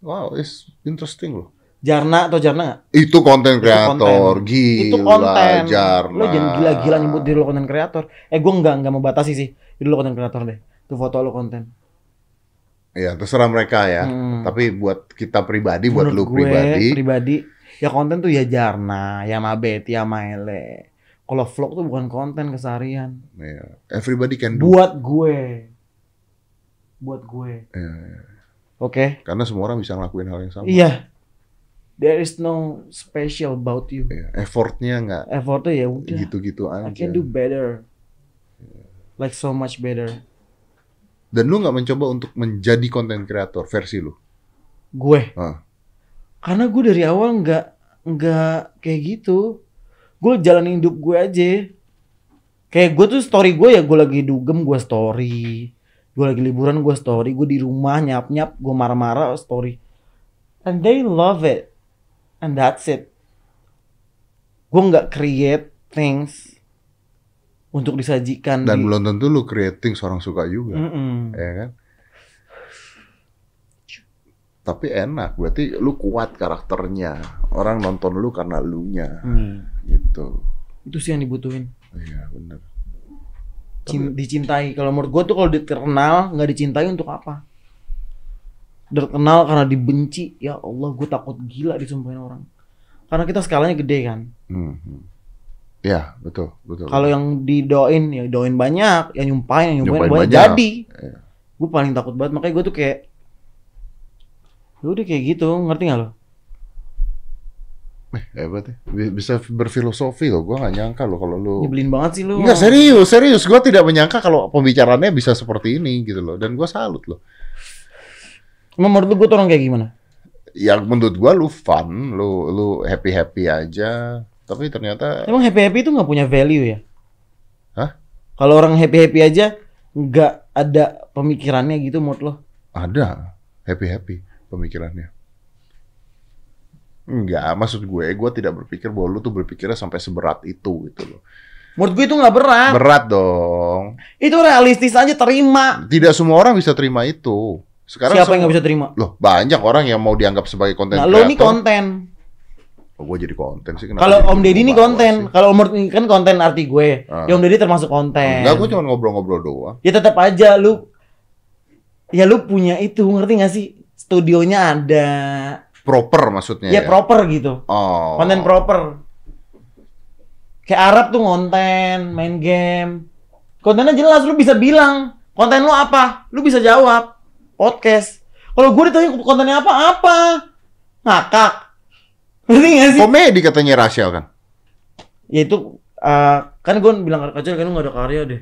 [SPEAKER 1] Wow, it's interesting loh.
[SPEAKER 2] Jarna atau Jarna nggak?
[SPEAKER 1] Itu konten
[SPEAKER 2] Itu
[SPEAKER 1] kreator,
[SPEAKER 2] konten.
[SPEAKER 1] gila, nah.
[SPEAKER 2] itu konten.
[SPEAKER 1] Jarna.
[SPEAKER 2] Lo jangan gila-gila nyebut diri lo konten kreator. Eh gue nggak nggak mau batasi sih. Diri lo konten kreator deh. Itu foto lo konten.
[SPEAKER 1] Ya terserah mereka ya.
[SPEAKER 2] Hmm.
[SPEAKER 1] Tapi buat kita pribadi, buat lu
[SPEAKER 2] Menurut gue,
[SPEAKER 1] pribadi,
[SPEAKER 2] pribadi, ya konten tuh ya Jarna, ya Mabet, ya Maele. Kalau vlog tuh bukan konten keseharian.
[SPEAKER 1] ya, everybody can do.
[SPEAKER 2] Buat gue, buat gue.
[SPEAKER 1] Ya, ya.
[SPEAKER 2] Oke.
[SPEAKER 1] Karena semua orang bisa ngelakuin hal yang sama.
[SPEAKER 2] Iya. There is no special about you.
[SPEAKER 1] Ya, Effortnya nggak
[SPEAKER 2] Effortnya ya udah.
[SPEAKER 1] gitu-gitu Gitu
[SPEAKER 2] I
[SPEAKER 1] aja.
[SPEAKER 2] can do better. Like so much better.
[SPEAKER 1] Dan lu nggak mencoba untuk menjadi konten kreator versi lu.
[SPEAKER 2] Gue.
[SPEAKER 1] Ah.
[SPEAKER 2] karena gue dari awal nggak nggak kayak gitu gue jalanin hidup gue aja kayak gue tuh story gue ya gue lagi dugem gue story gue lagi liburan gue story gue di rumah nyap nyap gue marah-marah story and they love it and that's it gue nggak create things untuk disajikan
[SPEAKER 1] Dan
[SPEAKER 2] di-
[SPEAKER 1] belum tentu lu creating seorang suka
[SPEAKER 2] Hmm.
[SPEAKER 1] juga,
[SPEAKER 2] Mm-mm.
[SPEAKER 1] ya kan? Tapi enak, berarti lu kuat karakternya. Orang nonton lu karena lu nya,
[SPEAKER 2] Hmm.
[SPEAKER 1] gitu.
[SPEAKER 2] itu sih yang dibutuhin
[SPEAKER 1] Iya bener.
[SPEAKER 2] Cin- dicintai kalau menurut gue tuh kalau terkenal nggak dicintai untuk apa terkenal karena dibenci ya Allah gue takut gila disumpahin orang karena kita skalanya gede kan
[SPEAKER 1] Mhm. Ya betul betul.
[SPEAKER 2] Kalau yang didoain ya doain banyak, yang nyumpahin yang nyumpahin,
[SPEAKER 1] Nyumpahin
[SPEAKER 2] banyak.
[SPEAKER 1] banyak.
[SPEAKER 2] Jadi,
[SPEAKER 1] Iya.
[SPEAKER 2] gue paling takut banget makanya gue tuh kayak ya udah kayak gitu, ngerti gak lo?
[SPEAKER 1] Eh, hebat ya. Bi- Bisa berfilosofi loh. Gua nggak nyangka loh kalau lu.
[SPEAKER 2] Nyebelin banget sih lu.
[SPEAKER 1] Enggak Iya, serius, serius. Gua tidak menyangka kalau pembicaraannya bisa seperti ini gitu loh. Dan gua salut loh.
[SPEAKER 2] Emang menurut lu gue tuh orang kayak gimana?
[SPEAKER 1] Yang menurut gua lu fun, lu lu happy happy aja. Tapi ternyata
[SPEAKER 2] Emang happy-happy itu gak punya value ya?
[SPEAKER 1] Eh. Hah?
[SPEAKER 2] Kalau orang happy-happy aja nggak ada pemikirannya gitu menurut lo.
[SPEAKER 1] ada happy happy pemikirannya. Enggak, maksud gue, gue tidak berpikir bahwa lu tuh berpikirnya sampai seberat itu gitu loh.
[SPEAKER 2] Menurut gue itu nggak berat.
[SPEAKER 1] Berat dong.
[SPEAKER 2] itu realistis aja terima.
[SPEAKER 1] Tidak semua orang bisa terima itu. Sekarang
[SPEAKER 2] Siapa yang nggak bisa terima?
[SPEAKER 1] Loh, banyak orang yang mau dianggap sebagai konten
[SPEAKER 2] Nah,
[SPEAKER 1] kreator.
[SPEAKER 2] lo nih konten.
[SPEAKER 1] Oh, gue jadi konten sih. kenapa
[SPEAKER 2] Kalau
[SPEAKER 1] jadi
[SPEAKER 2] Om Deddy ini
[SPEAKER 1] bawah
[SPEAKER 2] konten,
[SPEAKER 1] sih?
[SPEAKER 2] kalau Om Deddy kan konten arti gue.
[SPEAKER 1] Ah.
[SPEAKER 2] Ya Om Deddy termasuk konten.
[SPEAKER 1] Enggak, gue cuma ngobrol-ngobrol doang.
[SPEAKER 2] Ya tetap aja lu Ya lu punya itu, ngerti gak sih? Studionya ada.
[SPEAKER 1] Proper maksudnya
[SPEAKER 2] Ya, proper gitu.
[SPEAKER 1] Oh.
[SPEAKER 2] Konten proper. Kayak Arab tuh konten, main game. Kontennya jelas lu bisa bilang, konten lu apa? Lu bisa jawab. Podcast. Kalau gue ditanya kontennya apa? Apa? Ngakak. *laughs* Ngerti gak sih?
[SPEAKER 1] Komedi katanya Rasial kan?
[SPEAKER 2] ya itu eh, kan gue bilang kacau kan lu gak ada karya deh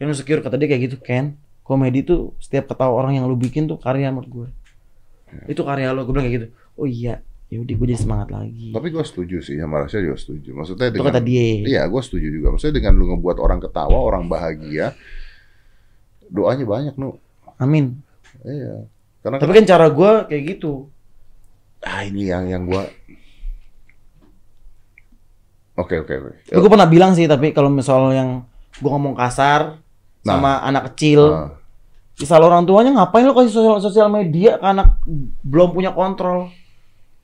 [SPEAKER 2] kan lu secure kata dia kayak gitu kan komedi tuh setiap ketawa orang yang lu bikin tuh karya menurut gue itu karya lo gue bilang kayak gitu oh iya yaudah gue jadi semangat lagi
[SPEAKER 1] Tapi gue setuju sih sama Rasial juga setuju. Maksudnya
[SPEAKER 2] itu
[SPEAKER 1] dengan...
[SPEAKER 2] kata dia
[SPEAKER 1] Iya, gue setuju juga. Maksudnya dengan lu ngebuat orang ketawa, orang bahagia, doanya banyak, Nu.
[SPEAKER 2] amin
[SPEAKER 1] Iya. Karena
[SPEAKER 2] tapi kan cara gue kayak gitu
[SPEAKER 1] ah, ini yang yang gue... Oke, oke, oke.
[SPEAKER 2] tapi gue pernah bilang sih tapi kalau misal yang gue ngomong kasar
[SPEAKER 1] Nah.
[SPEAKER 2] sama anak kecil
[SPEAKER 1] Ah,
[SPEAKER 2] misal orang tuanya ngapain lo kasih sosial sosial media ke anak belum punya kontrol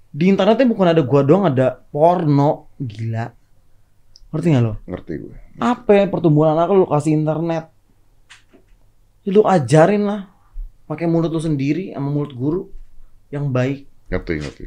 [SPEAKER 2] di internetnya bukan ada gua doang ada porno gila ngerti nggak lo
[SPEAKER 1] ngerti gue.
[SPEAKER 2] apa ya pertumbuhan anak lu kasih internet Ya lu ajarin lah pakai mulut lu sendiri sama mulut guru yang baik
[SPEAKER 1] Ngerti, ngerti.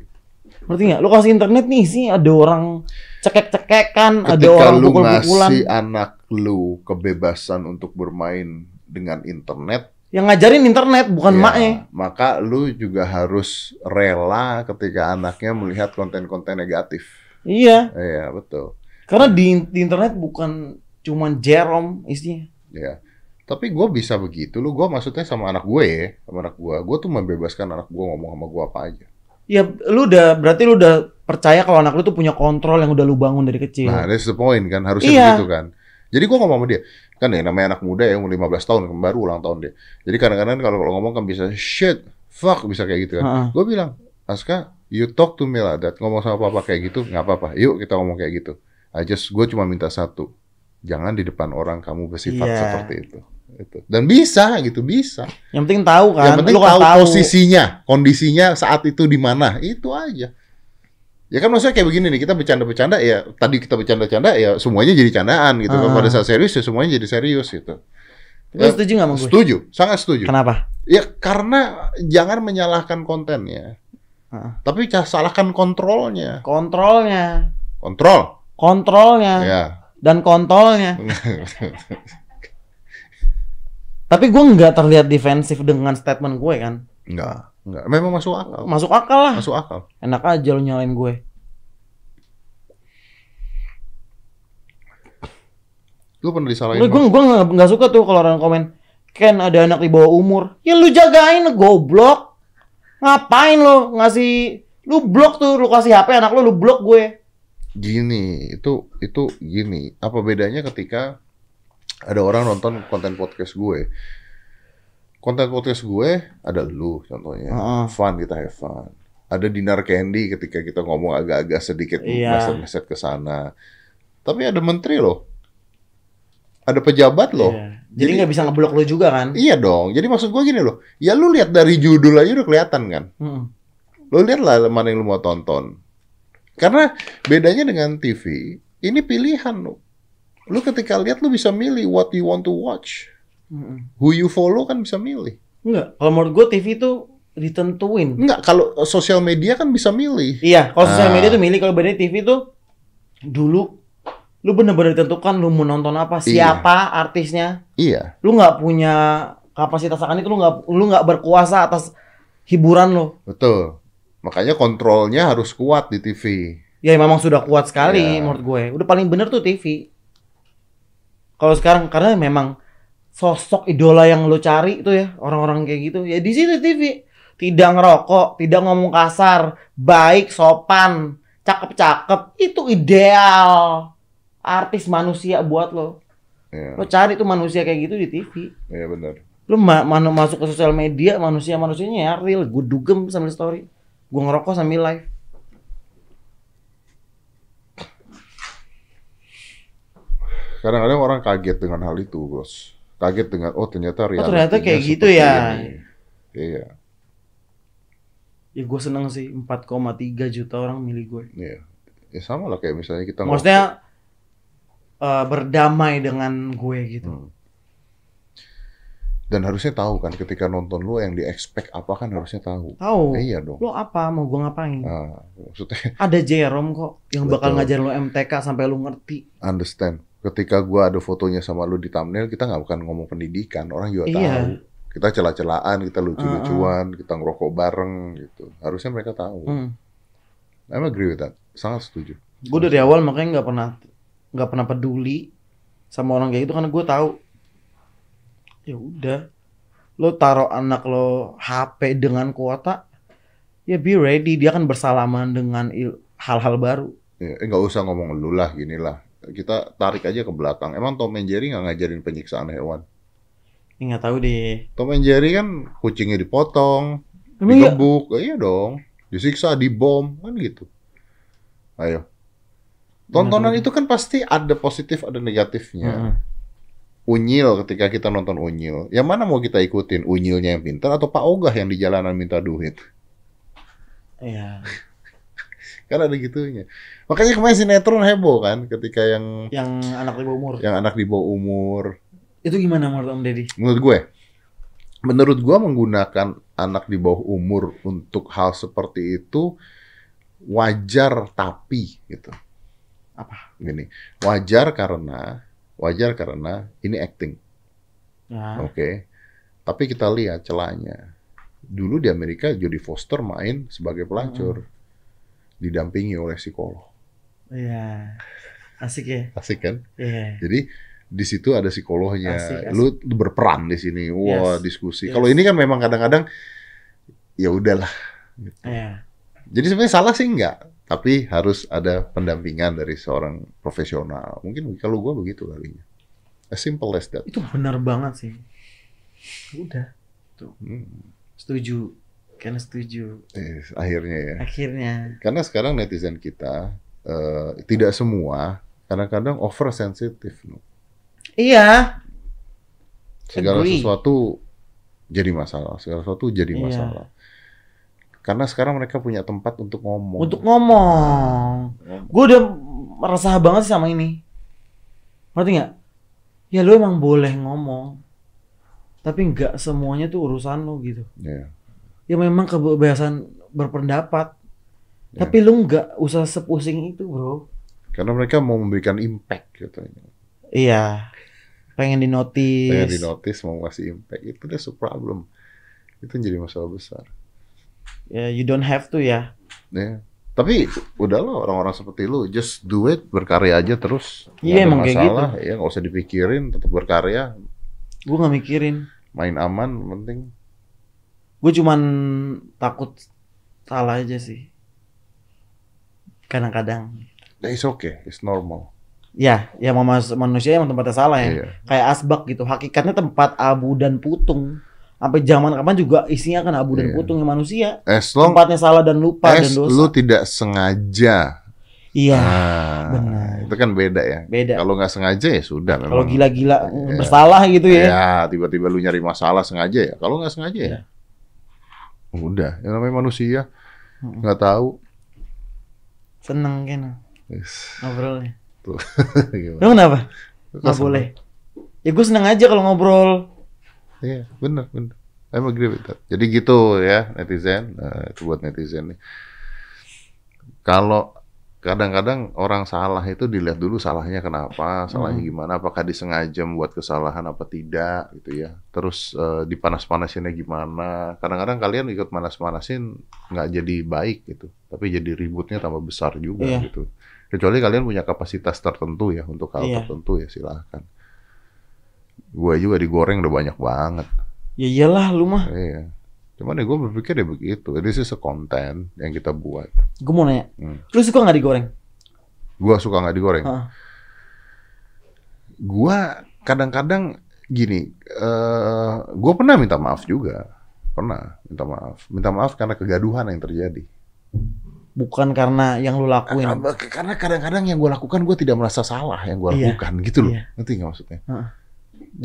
[SPEAKER 2] ngerti nggak lu kasih internet nih sih ada orang cekek cekekan ada
[SPEAKER 1] Ketika
[SPEAKER 2] orang
[SPEAKER 1] lu
[SPEAKER 2] pukul pukulan
[SPEAKER 1] ngasih anak lu kebebasan untuk bermain dengan internet,
[SPEAKER 2] yang ngajarin internet bukan
[SPEAKER 1] ya,
[SPEAKER 2] maknya
[SPEAKER 1] maka lu juga harus rela ketika anaknya melihat konten-konten negatif.
[SPEAKER 2] iya
[SPEAKER 1] Iya, betul.
[SPEAKER 2] karena di, di internet bukan cuman jerom isinya
[SPEAKER 1] Iya. Tapi gue bisa begitu, lu gue maksudnya sama anak gue ya, sama anak gue, gue tuh membebaskan anak gue ngomong sama gue apa aja.
[SPEAKER 2] Ya, lu udah berarti lu udah percaya kalau anak lu tuh punya kontrol yang udah lu bangun dari kecil.
[SPEAKER 1] Nah, that's the point kan, harusnya
[SPEAKER 2] Iya.
[SPEAKER 1] begitu kan. Jadi gue ngomong sama dia, kan ya namanya anak muda ya, umur 15 tahun, baru ulang tahun dia. Jadi kadang-kadang kalau kalau ngomong kan bisa, shit, fuck, bisa kayak gitu kan.
[SPEAKER 2] Heeh.
[SPEAKER 1] Gue bilang, Aska, you talk to me lah, Dad. Ngomong sama papa kayak gitu, nggak apa-apa. Yuk kita ngomong kayak gitu. I just, gue cuma minta satu. Jangan di depan orang kamu bersifat
[SPEAKER 2] Iya.
[SPEAKER 1] seperti itu. Itu. Dan bisa gitu, bisa.
[SPEAKER 2] Yang penting tahu kan,
[SPEAKER 1] Yang penting
[SPEAKER 2] lu kan
[SPEAKER 1] tahu, posisinya, kondisinya saat itu di mana. Itu aja. Ya kan maksudnya kayak begini nih, kita bercanda-bercanda ya, tadi kita bercanda-canda ya semuanya jadi candaan gitu. kan.
[SPEAKER 2] Ah.
[SPEAKER 1] Pada saat serius ya semuanya jadi serius gitu.
[SPEAKER 2] Lu setuju gak sama gue?
[SPEAKER 1] Setuju, sangat setuju.
[SPEAKER 2] Kenapa?
[SPEAKER 1] Ya karena jangan menyalahkan kontennya.
[SPEAKER 2] Heeh.
[SPEAKER 1] Tapi ca- salahkan kontrolnya.
[SPEAKER 2] Kontrolnya,
[SPEAKER 1] Kontrol.
[SPEAKER 2] kontrolnya
[SPEAKER 1] Ya. *laughs*
[SPEAKER 2] dan kontolnya. Tapi gue nggak terlihat defensif dengan statement gue kan.
[SPEAKER 1] Enggak, enggak. Memang masuk akal.
[SPEAKER 2] Masuk akal lah.
[SPEAKER 1] Masuk akal.
[SPEAKER 2] Enak aja lu nyalain gue.
[SPEAKER 1] Lu pernah disalahin.
[SPEAKER 2] Lu gue
[SPEAKER 1] Bang?
[SPEAKER 2] gue nggak nggak suka tuh kalau orang komen Ken ada anak di bawah umur. Ya lu jagain goblok. Ngapain lu ngasih lu blok tuh lu kasih HP anak lu lu blok gue.
[SPEAKER 1] Gini, itu itu gini. Apa bedanya ketika ada orang nonton konten podcast gue konten podcast gue ada lu contohnya.
[SPEAKER 2] Heeh.
[SPEAKER 1] Fun kita have fun. Ada dinar candy ketika kita ngomong agak-agak sedikit
[SPEAKER 2] Iya.
[SPEAKER 1] meset-meset ke sana. Tapi ada menteri loh. Ada pejabat loh.
[SPEAKER 2] Iya. Jadi nggak bisa ngeblok lu juga kan?
[SPEAKER 1] Iya dong. Jadi maksud gue gini loh. Ya lu lihat dari judul aja udah kelihatan kan.
[SPEAKER 2] Mm-mm.
[SPEAKER 1] Lu lihat lah mana yang lu mau tonton. Karena bedanya dengan TV, ini pilihan lo. Lu ketika lihat lu bisa milih what you want to watch.
[SPEAKER 2] Mm-mm.
[SPEAKER 1] Who you follow kan bisa milih.
[SPEAKER 2] Enggak. Kalau menurut gue TV itu ditentuin.
[SPEAKER 1] Enggak, kalau eh, sosial media kan bisa milih.
[SPEAKER 2] Iya, kalau sosial
[SPEAKER 1] Ah.
[SPEAKER 2] media tuh milik kalau bedanya TV tuh dulu lu bener-bener ditentukan lu mau nonton apa,
[SPEAKER 1] Iya.
[SPEAKER 2] siapa artisnya.
[SPEAKER 1] Iya.
[SPEAKER 2] Lu nggak punya kapasitas akan itu lu nggak lu nggak berkuasa atas hiburan lo.
[SPEAKER 1] Betul. Makanya kontrolnya harus kuat di TV.
[SPEAKER 2] Ya memang sudah kuat sekali
[SPEAKER 1] Iya.
[SPEAKER 2] menurut gue. Udah paling bener tuh TV. Kalau sekarang karena memang sosok idola yang lo cari itu ya orang-orang kayak gitu. Ya di situ TV. Tidak ngerokok, tidak ngomong kasar, baik, sopan, cakep-cakep. Itu ideal artis manusia buat lo.
[SPEAKER 1] Iya,
[SPEAKER 2] Lo cari tuh manusia kayak gitu di TV.
[SPEAKER 1] iya benar.
[SPEAKER 2] Lo ma- manu- masuk ke sosial media, manusia-manusianya ya real. Gue dugem sambil story. Gue ngerokok sambil live.
[SPEAKER 1] Kadang-kadang orang kaget dengan hal itu, Bos. Kaget dengan oh ternyata realitinya
[SPEAKER 2] ternyata kayak gitu
[SPEAKER 1] seperti
[SPEAKER 2] ya.
[SPEAKER 1] ini. Iya,
[SPEAKER 2] Ya gue seneng sih 4,3 juta orang milih gue.
[SPEAKER 1] iya. Ya sama lah kayak misalnya kita
[SPEAKER 2] Maksudnya eh, berdamai dengan gue gitu.
[SPEAKER 1] Hmm. dan harusnya tahu kan ketika nonton lu yang di expect apa kan harusnya tahu.
[SPEAKER 2] Tahu
[SPEAKER 1] Eh, iya dong.
[SPEAKER 2] lo apa mau gue ngapain?
[SPEAKER 1] Nah, maksudnya *laughs*
[SPEAKER 2] Ada Jerome kok yang bakal
[SPEAKER 1] Betul.
[SPEAKER 2] ngajarin lo MTK sampai lo ngerti.
[SPEAKER 1] understand. Ketika gua ada fotonya sama lu di thumbnail, kita nggak bukan ngomong pendidikan, orang juga
[SPEAKER 2] Iya. Ah,
[SPEAKER 1] tahu. Kita celah-celahan, kita lucu-lucuan, kita ngerokok bareng gitu. Harusnya mereka tahu.
[SPEAKER 2] Hmm.
[SPEAKER 1] I'm agree with that. Sangat setuju.
[SPEAKER 2] Gue dari awal makanya nggak pernah nggak pernah peduli sama orang kayak gitu karena gue tahu ya udah lo taruh anak lo HP dengan kuota ya be ready dia akan bersalaman dengan il- hal-hal baru.
[SPEAKER 1] Ya, eh, nggak usah ngomong lu lah, gini lah. Kita tarik aja ke belakang. Emang Tom and Jerry nggak ngajarin penyiksaan hewan?
[SPEAKER 2] Ya, nggak tahu deh.
[SPEAKER 1] Tom and Jerry kan kucingnya dipotong,
[SPEAKER 2] Emang iya?
[SPEAKER 1] digebuk, Eh, iya dong. Disiksa, dibom, kan gitu. Ayo. Tontonan
[SPEAKER 2] Benar.
[SPEAKER 1] itu kan pasti ada positif, ada negatifnya.
[SPEAKER 2] Heeh.
[SPEAKER 1] unyil ketika kita nonton unyil. Yang mana mau kita ikutin? Unyilnya yang pintar atau Pak Ogah yang di jalanan minta duit? *laughs*
[SPEAKER 2] Iya.
[SPEAKER 1] Kan ada gitunya. Makanya kemarin sinetron heboh kan ketika yang
[SPEAKER 2] Yang anak di bawah umur.
[SPEAKER 1] yang anak di bawah umur.
[SPEAKER 2] Itu gimana menurut Om Deddy?
[SPEAKER 1] Menurut gue, menurut gue menggunakan anak di bawah umur untuk hal seperti itu wajar tapi gitu. Apa? Gini, wajar karena wajar karena ini acting.
[SPEAKER 2] Ya.
[SPEAKER 1] Oke. Tapi kita lihat celahnya. Dulu di Amerika Jodie Foster main sebagai pelacur. Didampingi oleh psikolog.
[SPEAKER 2] Iya. Asik ya.
[SPEAKER 1] Asik kan?
[SPEAKER 2] Iya.
[SPEAKER 1] Jadi di situ ada psikolognya.
[SPEAKER 2] Asik, asik.
[SPEAKER 1] Lu berperan di sini. Wah,
[SPEAKER 2] Yes,
[SPEAKER 1] diskusi.
[SPEAKER 2] yes.
[SPEAKER 1] Kalau ini kan memang kadang-kadang ya udahlah.
[SPEAKER 2] Iya.
[SPEAKER 1] Jadi sebenarnya salah sih enggak, tapi harus ada pendampingan dari seorang profesional. Mungkin kalau gua begitu kalinya. As simple as that.
[SPEAKER 2] Itu benar banget sih. Udah.
[SPEAKER 1] Hmm.
[SPEAKER 2] Setuju. Karena setuju.
[SPEAKER 1] Eh, akhirnya ya.
[SPEAKER 2] Akhirnya.
[SPEAKER 1] Karena sekarang netizen kita eh, tidak semua kadang-kadang oversensitif. loh.
[SPEAKER 2] Iya.
[SPEAKER 1] Segala
[SPEAKER 2] Agree.
[SPEAKER 1] sesuatu jadi masalah, segala sesuatu jadi
[SPEAKER 2] Iya.
[SPEAKER 1] masalah. Karena sekarang mereka punya tempat untuk ngomong.
[SPEAKER 2] Untuk ngomong. Gue udah resah banget sih sama ini. Ngerti nggak? Ya lu emang boleh ngomong. Tapi nggak semuanya tuh urusan lu gitu.
[SPEAKER 1] Iya.
[SPEAKER 2] ya memang kebebasan berpendapat.
[SPEAKER 1] Ya.
[SPEAKER 2] Tapi lu nggak usah sepusing itu, bro.
[SPEAKER 1] Karena mereka mau memberikan impact katanya.
[SPEAKER 2] Iya. Pengen dinotis.
[SPEAKER 1] Pengen di notice mau ngasih impact itu udah a problem. Itu jadi masalah besar.
[SPEAKER 2] Ya, you don't have to ya.
[SPEAKER 1] Ya. Tapi udahlah orang-orang seperti lu just do it berkarya aja terus.
[SPEAKER 2] Iya,
[SPEAKER 1] Nggak ada
[SPEAKER 2] emang kayak gitu.
[SPEAKER 1] masalah, Ya nggak usah dipikirin, tetap berkarya,
[SPEAKER 2] Gue nggak mikirin.
[SPEAKER 1] main aman penting.
[SPEAKER 2] Gue cuman takut salah aja sih. Kadang-kadang.
[SPEAKER 1] Nah, it's okay, it's normal.
[SPEAKER 2] Ya, ya mama manusia emang tempatnya salah ya.
[SPEAKER 1] Iya.
[SPEAKER 2] Kayak asbak gitu. Hakikatnya tempat abu dan putung. sampai zaman kapan juga isinya kan abu dan
[SPEAKER 1] Iya.
[SPEAKER 2] putung yang manusia.
[SPEAKER 1] As long
[SPEAKER 2] Tempatnya salah dan lupa dan
[SPEAKER 1] as
[SPEAKER 2] dosa.
[SPEAKER 1] lu tidak sengaja.
[SPEAKER 2] Iya,
[SPEAKER 1] Nah,
[SPEAKER 2] benar.
[SPEAKER 1] Itu kan beda ya.
[SPEAKER 2] beda.
[SPEAKER 1] Kalau nggak sengaja ya sudah. memang.
[SPEAKER 2] Kalau gila-gila
[SPEAKER 1] Iya.
[SPEAKER 2] bersalah gitu ya.
[SPEAKER 1] Ya, tiba-tiba lu nyari masalah sengaja ya. Kalau nggak sengaja ya. Udah, yang namanya manusia
[SPEAKER 2] Mm-mm.
[SPEAKER 1] nggak tahu.
[SPEAKER 2] Seneng kan
[SPEAKER 1] Yes.
[SPEAKER 2] ngobrolnya.
[SPEAKER 1] Tuh. Gimana?
[SPEAKER 2] Lu kenapa?
[SPEAKER 1] Nggak
[SPEAKER 2] Nggak boleh. Ya gue seneng aja kalau ngobrol.
[SPEAKER 1] Iya, benar, benar. I'm agree with that. Jadi gitu ya, netizen. Eh, itu buat netizen nih. Kalau kadang-kadang orang salah itu dilihat dulu salahnya kenapa, salahnya
[SPEAKER 2] Hmm.
[SPEAKER 1] gimana, apakah disengaja membuat kesalahan apa tidak gitu ya. Terus eh, dipanas-panasinnya gimana. Kadang-kadang kalian ikut panas-panasin nggak jadi baik gitu, tapi jadi ributnya tambah besar juga
[SPEAKER 2] Iya.
[SPEAKER 1] gitu. Kecuali kalian punya kapasitas tertentu ya untuk hal
[SPEAKER 2] Iya.
[SPEAKER 1] tertentu ya silahkan. Gue juga digoreng udah banyak banget.
[SPEAKER 2] Ya iyalah lu mah.
[SPEAKER 1] Iya. Cuman ya gue berpikir ya begitu. This is a content yang kita buat.
[SPEAKER 2] Gue mau nanya.
[SPEAKER 1] Hmm.
[SPEAKER 2] Lu suka nggak digoreng?
[SPEAKER 1] Gue suka nggak digoreng.
[SPEAKER 2] Heeh.
[SPEAKER 1] Gue kadang-kadang gini. eh gue pernah minta maaf juga. Pernah minta maaf. Minta maaf karena kegaduhan yang terjadi.
[SPEAKER 2] Bukan karena yang lu lakuin.
[SPEAKER 1] Karena- Karena kadang-kadang yang gue lakukan gue tidak merasa salah yang gue
[SPEAKER 2] Iya.
[SPEAKER 1] lakukan gitu loh.
[SPEAKER 2] Iya.
[SPEAKER 1] Ngerti nggak maksudnya?
[SPEAKER 2] Heeh.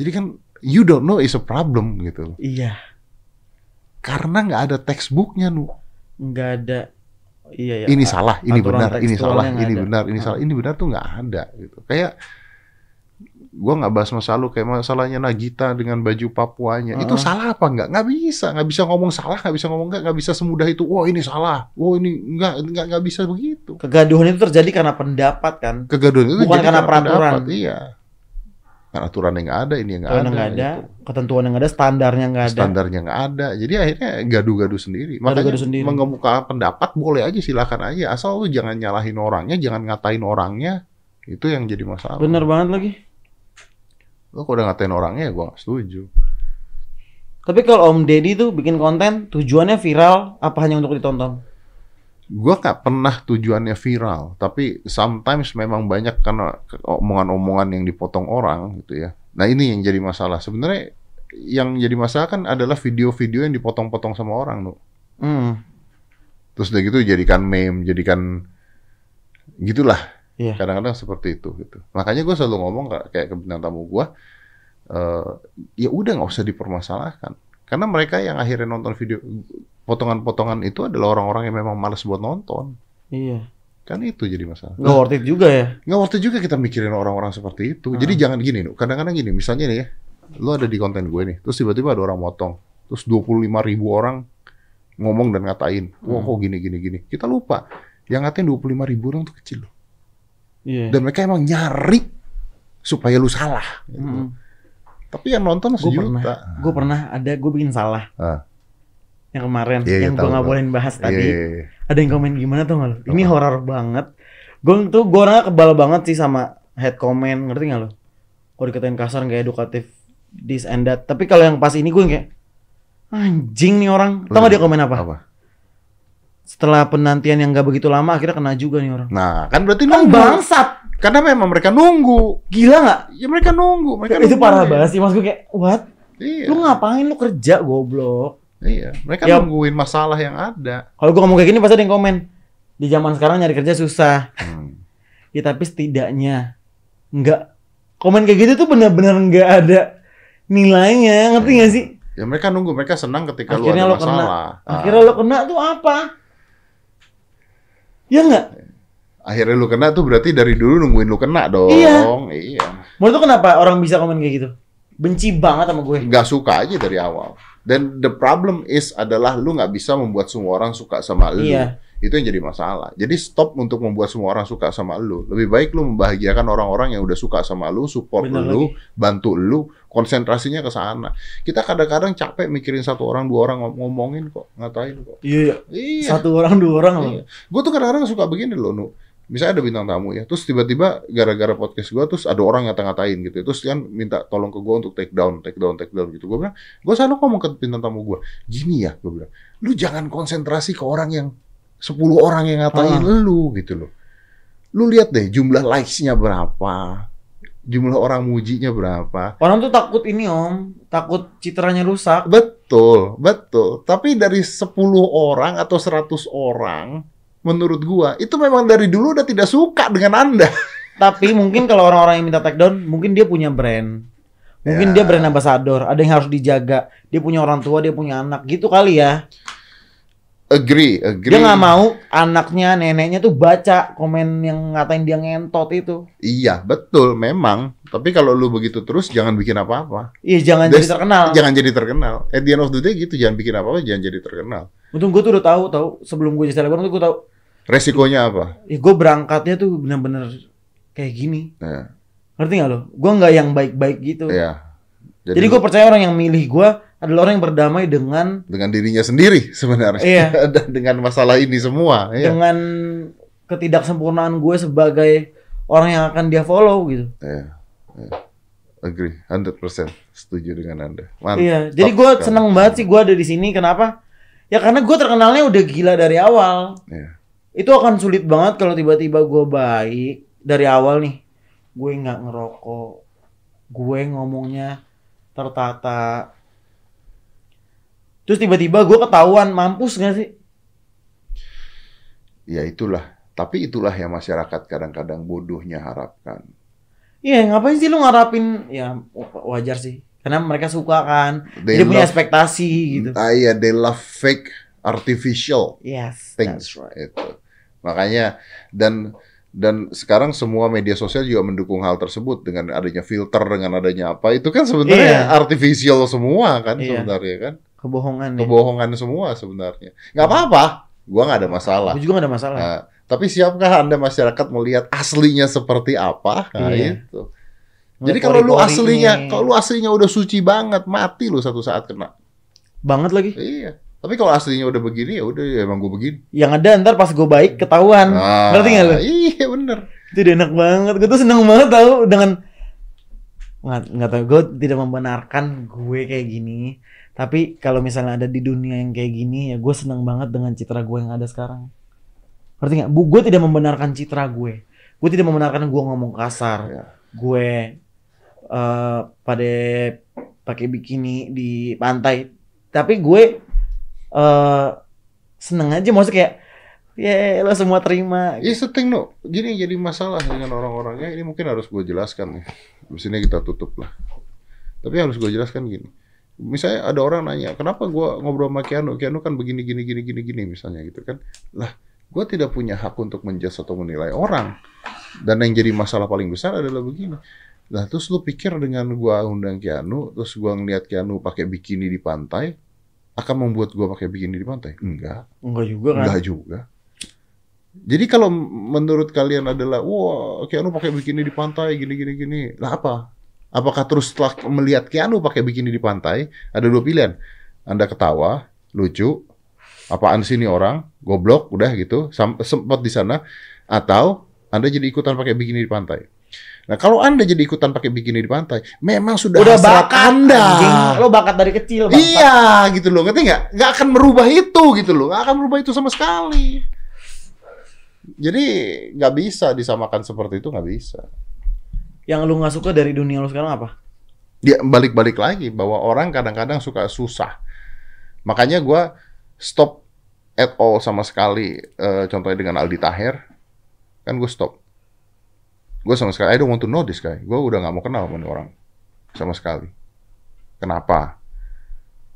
[SPEAKER 1] Jadi kan you don't know is a problem gitu loh.
[SPEAKER 2] Iya,
[SPEAKER 1] Karena nggak ada textbooknya nu.
[SPEAKER 2] nggak ada. Iya ya.
[SPEAKER 1] ini salah, ini
[SPEAKER 2] aturan
[SPEAKER 1] benar, ini
[SPEAKER 2] tekstualnya
[SPEAKER 1] salah,
[SPEAKER 2] nggak
[SPEAKER 1] ini
[SPEAKER 2] ada.
[SPEAKER 1] benar, ini
[SPEAKER 2] Ah.
[SPEAKER 1] salah, ini benar tuh nggak ada gitu. Kayak gua nggak bahas masalah lu kayak masalahnya Nagita dengan baju Papuanya. Itu
[SPEAKER 2] Ah.
[SPEAKER 1] salah apa nggak? Nggak bisa, nggak bisa ngomong salah, nggak bisa ngomong nggak, nggak bisa semudah itu. Wah ini salah, wah ini nggak nggak nggak bisa begitu.
[SPEAKER 2] Kegaduhan itu terjadi karena pendapat kan.
[SPEAKER 1] Kegaduhan itu
[SPEAKER 2] Bukan
[SPEAKER 1] jadi
[SPEAKER 2] karena peraturan.
[SPEAKER 1] pendapat, iya. Karena aturan yang nggak ada, ini yang nggak
[SPEAKER 2] Kalau
[SPEAKER 1] ada.
[SPEAKER 2] nggak ada,
[SPEAKER 1] gitu.
[SPEAKER 2] ketentuan yang nggak ada, standarnya nggak ada.
[SPEAKER 1] Standarnya nggak ada, jadi akhirnya gaduh-gaduh sendiri. Makanya
[SPEAKER 2] Gaduh-gaduh sendiri.
[SPEAKER 1] mengemukakan pendapat boleh aja, silakan aja, asal lu jangan nyalahin orangnya, jangan ngatain orangnya, itu yang jadi masalah.
[SPEAKER 2] Bener banget lagi.
[SPEAKER 1] Lu kalau udah ngatain orangnya, ya gua nggak setuju.
[SPEAKER 2] Tapi kalau Om Deddy tuh bikin konten, tujuannya viral apa hanya untuk ditonton?
[SPEAKER 1] Gua nggak pernah tujuannya viral, tapi sometimes memang banyak karena ke- omongan-omongan yang dipotong orang gitu ya. Nah ini yang jadi masalah. Sebenarnya yang jadi masalah kan adalah video-video yang dipotong-potong sama orang, Nuh.
[SPEAKER 2] Hmm.
[SPEAKER 1] Terus udah gitu jadikan meme, jadikan gitulah.
[SPEAKER 2] Iya.
[SPEAKER 1] Kadang-kadang seperti itu gitu. Makanya gue selalu ngomong ka- kayak ke bintang tamu gue, eh ya udah nggak usah dipermasalahkan. Karena mereka yang akhirnya nonton video potongan-potongan itu adalah orang-orang yang memang males buat nonton.
[SPEAKER 2] Iya.
[SPEAKER 1] Kan itu jadi masalah.
[SPEAKER 2] Nggak worth it juga ya.
[SPEAKER 1] Nggak worth it juga kita mikirin orang-orang seperti itu.
[SPEAKER 2] Ah.
[SPEAKER 1] Jadi jangan gini, Nu. kadang-kadang gini, misalnya nih ya, lo ada di konten gue nih, terus tiba-tiba ada orang motong, terus 25 ribu orang ngomong dan ngatain, wah
[SPEAKER 2] Hmm.
[SPEAKER 1] kok gini, gini, gini. Kita lupa, yang ngatain 25 ribu orang itu kecil loh.
[SPEAKER 2] Iya.
[SPEAKER 1] Dan mereka emang nyari supaya lu salah. gitu.
[SPEAKER 2] Mm.
[SPEAKER 1] Tapi yang nonton
[SPEAKER 2] Gue pernah,
[SPEAKER 1] sejuta.
[SPEAKER 2] gue pernah ada, gue bikin salah.
[SPEAKER 1] Ah.
[SPEAKER 2] Yang kemarin,
[SPEAKER 1] Iya, iya,
[SPEAKER 2] yang gue
[SPEAKER 1] tahu,
[SPEAKER 2] nggak
[SPEAKER 1] tahu.
[SPEAKER 2] bolehin bahas
[SPEAKER 1] Iya,
[SPEAKER 2] tadi.
[SPEAKER 1] iya, iya.
[SPEAKER 2] Ada yang komen gimana tuh nggak lo? Ini
[SPEAKER 1] Apa?
[SPEAKER 2] horor banget. Gue tuh gue orangnya kebal banget sih sama head comment, ngerti nggak lo? Kalau dikatain kasar nggak edukatif, this and that. Tapi kalau yang pas ini gue yang kayak anjing nih orang. Tau nggak dia komen apa?
[SPEAKER 1] Apa?
[SPEAKER 2] Setelah penantian yang nggak begitu lama, akhirnya kena juga nih orang.
[SPEAKER 1] Nah, kan berarti
[SPEAKER 2] Kan
[SPEAKER 1] nunggu.
[SPEAKER 2] bangsat,
[SPEAKER 1] Karena memang mereka nunggu.
[SPEAKER 2] gila nggak?
[SPEAKER 1] Ya mereka nunggu. Mereka
[SPEAKER 2] Itu
[SPEAKER 1] nunggu.
[SPEAKER 2] parah banget sih, maksud gue kayak what?
[SPEAKER 1] Iya,
[SPEAKER 2] Lu ngapain lu kerja goblok?
[SPEAKER 1] iya. Mereka
[SPEAKER 2] Ya.
[SPEAKER 1] nungguin masalah yang ada.
[SPEAKER 2] Kalau gue ngomong kayak gini pasti ada yang komen. Di zaman sekarang nyari kerja susah.
[SPEAKER 1] Hmm.
[SPEAKER 2] Ya tapi setidaknya nggak komen kayak gitu tuh benar-benar nggak ada nilainya, ngerti nggak sih?
[SPEAKER 1] Ya mereka nunggu, mereka senang ketika
[SPEAKER 2] Akhirnya
[SPEAKER 1] lu
[SPEAKER 2] lo
[SPEAKER 1] ada
[SPEAKER 2] kena.
[SPEAKER 1] masalah. Ah,
[SPEAKER 2] Akhirnya lo kena tuh apa? Ya nggak?
[SPEAKER 1] Ah, akhirnya lu kena tuh berarti dari dulu nungguin lu kena dong.
[SPEAKER 2] Iya.
[SPEAKER 1] Iya.
[SPEAKER 2] Menurut lo kenapa orang bisa komen kayak gitu? Benci banget sama gue.
[SPEAKER 1] Nggak suka aja dari awal. Dan the problem is adalah lu nggak bisa membuat semua orang suka sama lu.
[SPEAKER 2] Iya.
[SPEAKER 1] Itu yang jadi masalah. Jadi stop untuk membuat semua orang suka sama lu. Lebih baik lu membahagiakan orang-orang yang udah suka sama lu, support
[SPEAKER 2] Bener
[SPEAKER 1] lu, bantu lu, konsentrasinya ke sana. Kita kadang-kadang capek mikirin satu orang, dua orang ngom- ngomongin kok, ngatain kok.
[SPEAKER 2] Iya. iya.
[SPEAKER 1] Iya.
[SPEAKER 2] Satu orang dua orang lo.
[SPEAKER 1] Iya. Gue tuh kadang-kadang suka begini loh, Nu. Misalnya ada bintang tamu ya, terus tiba-tiba gara-gara podcast gue, terus ada orang ngata-ngatain gitu. Terus kan minta tolong ke gue untuk take down, take down, take down gitu. Gue bilang, gue selalu ngomong ke bintang tamu gue, gini ya, gue bilang, lu jangan konsentrasi ke orang yang 10 orang yang ngatain lu gitu loh. Lu lihat deh jumlah likes-nya berapa, jumlah orang mujinya berapa.
[SPEAKER 2] Orang tuh takut ini om, takut citranya rusak.
[SPEAKER 1] Betul. Betul, betul. Tapi dari 10 orang atau 100 orang, menurut gua itu memang dari dulu udah tidak suka dengan Anda. *laughs*
[SPEAKER 2] Tapi mungkin kalau orang-orang yang minta take down, mungkin dia punya brand. Mungkin
[SPEAKER 1] Ya.
[SPEAKER 2] dia brand ambassador, ada yang harus dijaga. Dia punya orang tua, dia punya anak, gitu kali ya.
[SPEAKER 1] Agree, agree.
[SPEAKER 2] Dia nggak mau anaknya, neneknya tuh baca komen yang ngatain dia ngentot itu.
[SPEAKER 1] Iya, betul memang. Tapi kalau lu begitu terus jangan bikin apa-apa.
[SPEAKER 2] Iya jangan
[SPEAKER 1] Des-
[SPEAKER 2] jadi terkenal.
[SPEAKER 1] Jangan jadi terkenal. At the end of the day gitu, jangan bikin apa-apa, jangan jadi terkenal.
[SPEAKER 2] Untung gue tuh udah tahu tahu sebelum gue jadi selebgram tuh gue tahu.
[SPEAKER 1] Resikonya apa?
[SPEAKER 2] Ya gue berangkatnya tuh bener-bener kayak gini.
[SPEAKER 1] Ya,
[SPEAKER 2] Ngerti gak lo? Gue nggak yang baik-baik gitu.
[SPEAKER 1] ya.
[SPEAKER 2] Jadi, gue percaya orang yang milih gue adalah orang yang berdamai dengan
[SPEAKER 1] dengan dirinya sendiri sebenarnya
[SPEAKER 2] Iya.
[SPEAKER 1] *laughs* dan dengan masalah ini semua iya
[SPEAKER 2] dengan ketidaksempurnaan gue sebagai orang yang akan dia follow gitu.
[SPEAKER 1] Iya. Iya. agree 100% setuju dengan anda mantap
[SPEAKER 2] Iya. Jadi gue
[SPEAKER 1] sekali.
[SPEAKER 2] seneng banget sih gue ada di sini. Kenapa? Ya karena gue terkenalnya udah gila dari awal.
[SPEAKER 1] Iya.
[SPEAKER 2] Itu akan sulit banget kalau tiba-tiba gue baik dari awal nih. Gue nggak ngerokok. Gue ngomongnya tertata. Terus tiba-tiba gue ketahuan mampus gak sih?
[SPEAKER 1] ya itulah tapi itulah yang masyarakat kadang-kadang bodohnya harapkan
[SPEAKER 2] Iya ngapain sih lu ngarapin? Ya wajar sih. Karena mereka suka kan.
[SPEAKER 1] They
[SPEAKER 2] Jadi punya
[SPEAKER 1] love-
[SPEAKER 2] ekspektasi gitu.
[SPEAKER 1] ah iya they love fake artificial
[SPEAKER 2] Yes,
[SPEAKER 1] things
[SPEAKER 2] that's right.
[SPEAKER 1] itu makanya dan dan sekarang semua media sosial juga mendukung hal tersebut dengan adanya filter dengan adanya apa itu kan sebenarnya
[SPEAKER 2] Iya.
[SPEAKER 1] artificial semua kan
[SPEAKER 2] Iya.
[SPEAKER 1] sebenarnya kan
[SPEAKER 2] Kebohongan ya.
[SPEAKER 1] kebohongan semua sebenarnya. Nggak apa-apa, gua nggak ada masalah.
[SPEAKER 2] Gue juga gak ada masalah.
[SPEAKER 1] Nah, tapi siapkah anda masyarakat melihat aslinya seperti apa? Nah,
[SPEAKER 2] Iya.
[SPEAKER 1] itu.
[SPEAKER 2] Ngeliat
[SPEAKER 1] Jadi kalau lu
[SPEAKER 2] pori-pori
[SPEAKER 1] aslinya,
[SPEAKER 2] ini.
[SPEAKER 1] kalau lu aslinya udah suci banget, mati lu satu saat kena.
[SPEAKER 2] banget lagi.
[SPEAKER 1] Iya. Tapi kalau aslinya udah begini ya udah ya emang gua begini.
[SPEAKER 2] Yang ada ntar pas gue baik ketahuan.
[SPEAKER 1] Nah,
[SPEAKER 2] Ngerti nggak lu?
[SPEAKER 1] Iya bener.
[SPEAKER 2] Itu udah enak banget. Gue tuh seneng banget tau dengan nggak nggak tahu gue tidak membenarkan gue kayak gini. Tapi kalau misalnya ada di dunia yang kayak gini ya gue seneng banget dengan citra gue yang ada sekarang. Ngerti nggak? Bu, gue tidak membenarkan citra gue. Gue tidak membenarkan gue ngomong kasar.
[SPEAKER 1] Iya.
[SPEAKER 2] Gue eh pada pakai bikini di pantai. Tapi gue eh seneng aja maksudnya kayak ya lo semua terima
[SPEAKER 1] It's the thing, Iya, no. Gini yang jadi masalah dengan orang-orangnya ini mungkin harus gue jelaskan nih. Habis ini kita tutup lah. Tapi harus gue jelaskan gini. Misalnya ada orang nanya, kenapa gue ngobrol sama Keanu? Keanu kan begini, gini, gini, gini, gini misalnya gitu kan. Lah, gue tidak punya hak untuk menjudge atau menilai orang. Dan yang jadi masalah paling besar adalah begini. Lah, terus lu pikir dengan gue undang Keanu, terus gue ngeliat Keanu pakai bikini di pantai, akan membuat gue pakai bikini di pantai? Enggak.
[SPEAKER 2] Enggak juga kan?
[SPEAKER 1] Enggak juga. Jadi kalau menurut kalian adalah, wah Keanu pakai bikini di pantai, gini gini gini, lah apa? Apakah terus setelah melihat Keanu pakai bikini di pantai, ada dua pilihan. Anda ketawa, lucu, apaan sih ini orang, goblok, udah gitu, sam- sempat di sana, atau Anda jadi ikutan pakai bikini di pantai. Nah kalau Anda jadi ikutan pakai bikini di pantai, memang sudah,
[SPEAKER 2] Udah
[SPEAKER 1] hasrat
[SPEAKER 2] bakat
[SPEAKER 1] Anda.
[SPEAKER 2] anjing. Lo bakat dari kecil, Bang.
[SPEAKER 1] Iya gitu loh, ngerti nggak? Nggak akan merubah itu gitu loh, nggak akan merubah itu sama sekali. Jadi nggak bisa disamakan seperti itu nggak bisa.
[SPEAKER 2] Yang lu nggak suka dari dunia lu sekarang apa?
[SPEAKER 1] Dia balik-balik lagi bahwa orang kadang-kadang suka susah. Makanya gua stop at all sama sekali. eh, contohnya dengan Aldi Taher, kan gue stop. Gue sama sekali, I don't want to know this guy. Gue udah nggak mau kenal sama ini orang sama sekali. Kenapa?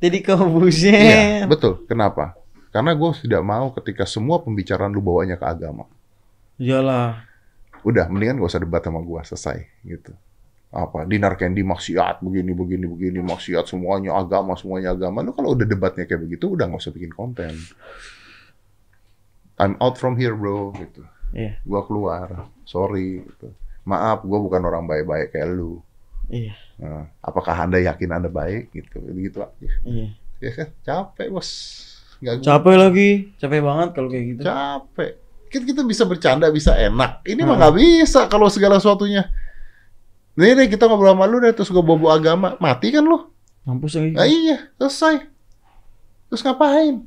[SPEAKER 2] Jadi ke
[SPEAKER 1] Iya,
[SPEAKER 2] buset.
[SPEAKER 1] betul. Kenapa? Karena gue tidak mau ketika semua pembicaraan lu bawanya ke agama.
[SPEAKER 2] Iyalah.
[SPEAKER 1] Udah, mendingan gak usah debat sama gue, selesai gitu. Apa, dinar candy maksiat, begini, begini, begini, maksiat, semuanya agama, semuanya agama. Lu kalau udah debatnya kayak begitu, udah gak usah bikin konten. I'm out from here bro, gitu.
[SPEAKER 2] Iya.
[SPEAKER 1] Gue keluar, sorry. Gitu. Maaf, gue bukan orang baik-baik kayak lu.
[SPEAKER 2] Iya.
[SPEAKER 1] Nah, apakah anda yakin anda baik gitu? Gitu aja.
[SPEAKER 2] Iya.
[SPEAKER 1] Ya kan, capek bos. Nggak guna.
[SPEAKER 2] Capek lagi. Capek banget kalau kayak gitu.
[SPEAKER 1] capek kan kita bisa bercanda bisa enak ini mah nggak bisa kalau segala sesuatunya nih deh kita ngobrol sama lu deh terus gue bobo agama mati kan lu
[SPEAKER 2] Mampus lagi.
[SPEAKER 1] nah, iya selesai terus ngapain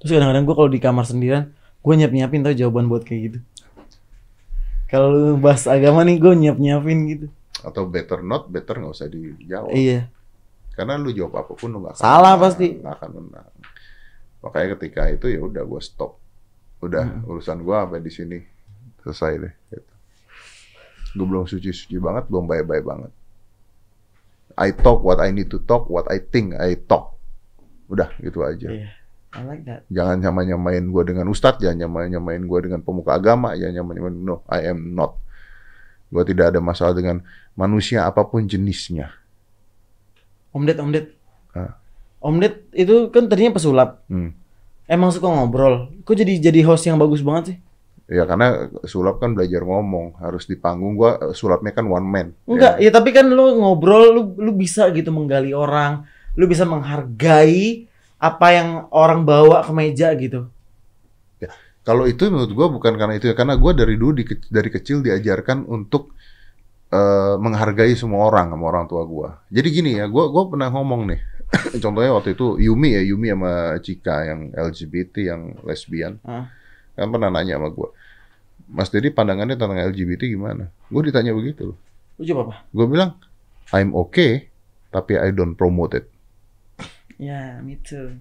[SPEAKER 2] Terus kadang-kadang gue kalau di kamar sendirian, gue nyiap-nyiapin tau jawaban buat kayak gitu. Kalau lu bahas agama nih, gue nyiap-nyiapin gitu.
[SPEAKER 1] atau better not better nggak usah dijawab
[SPEAKER 2] Iya.
[SPEAKER 1] Karena lu jawab apapun lu nggak akan
[SPEAKER 2] Salah
[SPEAKER 1] menang,
[SPEAKER 2] pasti.
[SPEAKER 1] nggak akan menang. Makanya ketika itu ya udah gue stop. Udah
[SPEAKER 2] Hmm.
[SPEAKER 1] urusan gue sampai di sini selesai deh. Gitu. Gue belum suci-suci banget, belum baik-baik banget. I talk what I need to talk, what I think I talk. Udah gitu aja.
[SPEAKER 2] Iya. I like that.
[SPEAKER 1] Jangan nyamain-nyamain gue dengan ustadz, jangan nyamain-nyamain gue dengan pemuka agama, jangan nyamain-nyamain, no, I am not. Gue tidak ada masalah dengan manusia apapun jenisnya.
[SPEAKER 2] Om Ded, Om Ded.
[SPEAKER 1] Hah?
[SPEAKER 2] Om Ded itu kan tadinya pesulap.
[SPEAKER 1] Hmm.
[SPEAKER 2] Emang suka ngobrol. Kok jadi jadi host yang bagus banget sih?
[SPEAKER 1] Ya karena sulap kan belajar ngomong, harus di panggung gue sulapnya kan one man.
[SPEAKER 2] Enggak,
[SPEAKER 1] Ya.
[SPEAKER 2] ya tapi kan lu ngobrol, lu lu bisa gitu menggali orang, lu bisa menghargai apa yang orang bawa ke meja gitu.
[SPEAKER 1] Kalau itu menurut gue bukan karena itu ya, karena gue dari dulu di, dari kecil diajarkan untuk eh, menghargai semua orang sama orang tua gue. Jadi gini ya, gue gua pernah ngomong nih, *coughs* contohnya waktu itu Yumi ya, Yumi sama Cika yang LGBT, yang lesbian.
[SPEAKER 2] Hah?
[SPEAKER 1] kan pernah nanya sama gue Mas Dedi pandangannya tentang LGBT gimana? Gue ditanya begitu loh.
[SPEAKER 2] Lu coba apa?
[SPEAKER 1] Gue bilang, I'm okay, tapi I don't promote it.
[SPEAKER 2] Ya, me too.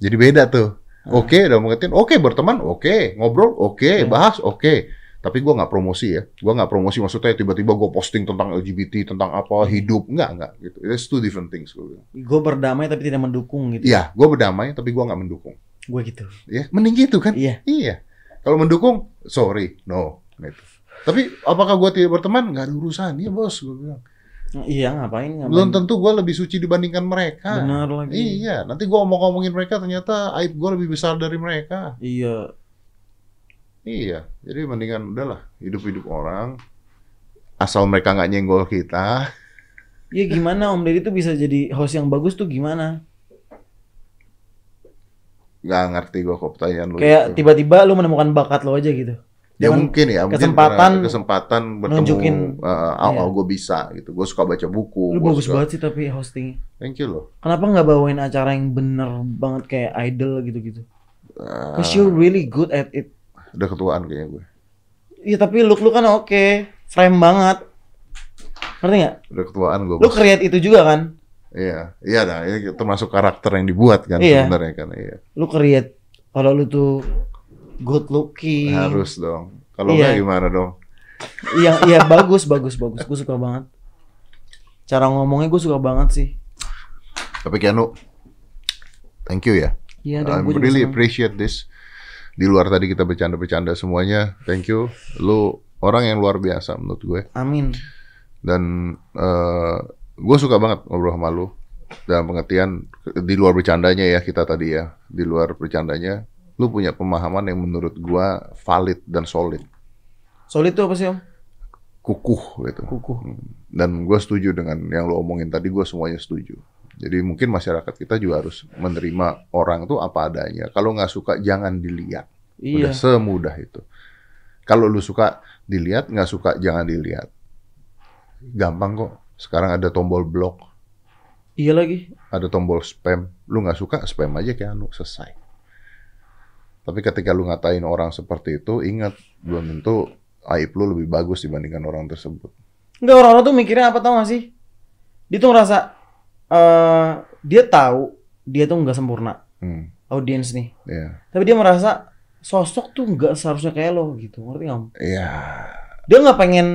[SPEAKER 1] Jadi beda tuh.
[SPEAKER 2] Hmm.
[SPEAKER 1] Oke, dalam pengertian, oke berteman, oke. Ngobrol, oke. Bahas, oke. Tapi gue nggak promosi ya. Gue nggak promosi maksudnya tiba-tiba gue posting tentang LGBT, tentang
[SPEAKER 2] Hmm.
[SPEAKER 1] apa, hidup. Nggak, nggak. Gitu. It's two different things. Gue bilang.
[SPEAKER 2] Gue berdamai tapi tidak mendukung gitu.
[SPEAKER 1] Iya, gue berdamai, tapi gue nggak mendukung.
[SPEAKER 2] Gue gitu.
[SPEAKER 1] Ya, mending gitu kan?
[SPEAKER 2] Iya.
[SPEAKER 1] Iya. Kalau mendukung, sorry, no. Gitu. Tapi apakah gue tidak berteman? Nggak ada urusan. Iya bos, gue bilang.
[SPEAKER 2] Iya, ngapain ngapain.
[SPEAKER 1] Belum tentu gue lebih suci dibandingkan mereka.
[SPEAKER 2] Benar lagi.
[SPEAKER 1] Iya, nanti gue omong-omongin mereka ternyata aib gue lebih besar dari mereka.
[SPEAKER 2] Iya.
[SPEAKER 1] Iya, jadi mendingan udahlah hidup-hidup orang. Asal mereka nggak nyenggol kita,
[SPEAKER 2] Ya gimana Om Deddy tuh bisa jadi host yang bagus tuh gimana?
[SPEAKER 1] nggak ngerti gue kok pertanyaan lu.
[SPEAKER 2] Kayak
[SPEAKER 1] itu.
[SPEAKER 2] tiba-tiba lu menemukan bakat lo aja gitu.
[SPEAKER 1] ya
[SPEAKER 2] Jangan-
[SPEAKER 1] mungkin ya, mungkin
[SPEAKER 2] kesempatan
[SPEAKER 1] karena kesempatan bertemu.
[SPEAKER 2] nunjukin-
[SPEAKER 1] Uh, oh,
[SPEAKER 2] Iya.
[SPEAKER 1] gue bisa gitu. Gue suka baca buku.
[SPEAKER 2] Lu
[SPEAKER 1] gua
[SPEAKER 2] bagus
[SPEAKER 1] suka-
[SPEAKER 2] banget sih tapi hosting.
[SPEAKER 1] Thank you loh.
[SPEAKER 2] Kenapa nggak bawain acara yang bener banget kayak idol gitu-gitu?
[SPEAKER 1] Uh,
[SPEAKER 2] Cause you're really good at it.
[SPEAKER 1] udah ketuaan kayaknya gue.
[SPEAKER 2] Iya tapi look lu kan oke, frame banget. Ngerti nggak?
[SPEAKER 1] Udah ketuaan gue.
[SPEAKER 2] Lu create itu juga kan?
[SPEAKER 1] Iya, iya dah. ini termasuk karakter yang dibuat kan
[SPEAKER 2] Iya.
[SPEAKER 1] sebenarnya kan. Iya.
[SPEAKER 2] Lu create kalau lu tuh good looking.
[SPEAKER 1] Harus dong. Kalau nggak
[SPEAKER 2] Iya.
[SPEAKER 1] gimana dong?
[SPEAKER 2] Iya iya bagus bagus bagus. Gue suka banget. Cara ngomongnya gue suka banget sih.
[SPEAKER 1] Tapi Keanu, thank you ya. I
[SPEAKER 2] Iya dan gue juga
[SPEAKER 1] really
[SPEAKER 2] senang.
[SPEAKER 1] appreciate this. Di luar tadi kita bercanda-bercanda semuanya, thank you. Lu orang yang luar biasa menurut gue.
[SPEAKER 2] Amin.
[SPEAKER 1] Dan eh, gue suka banget ngobrol sama lu. Dalam pengertian, di luar bercandanya ya kita tadi ya. Di luar bercandanya, lu punya pemahaman yang menurut gue valid dan solid.
[SPEAKER 2] Solid tuh apa sih om?
[SPEAKER 1] Kukuh gitu.
[SPEAKER 2] Kukuh.
[SPEAKER 1] Dan gue setuju dengan yang lo omongin tadi, gue semuanya setuju. Jadi mungkin masyarakat kita juga harus menerima orang tuh apa adanya. Kalau nggak suka jangan dilihat. Udah
[SPEAKER 2] Iya.
[SPEAKER 1] semudah itu. Kalau lu suka dilihat, nggak suka jangan dilihat. Gampang kok. Sekarang ada tombol blok,
[SPEAKER 2] Iya lagi.
[SPEAKER 1] ada tombol spam. Lu nggak suka spam aja kayak anu selesai. Tapi ketika lu ngatain orang seperti itu, ingat belum tentu aib lu lebih bagus dibandingkan orang tersebut.
[SPEAKER 2] Enggak orang-orang tuh mikirnya apa tau gak sih? Dia tuh ngerasa eh dia tahu dia tuh nggak sempurna
[SPEAKER 1] Hmm,
[SPEAKER 2] audiens nih.
[SPEAKER 1] ya.
[SPEAKER 2] Tapi dia merasa sosok tuh nggak seharusnya kayak lo gitu, ngerti nggak? Om?
[SPEAKER 1] Iya.
[SPEAKER 2] Dia nggak pengen,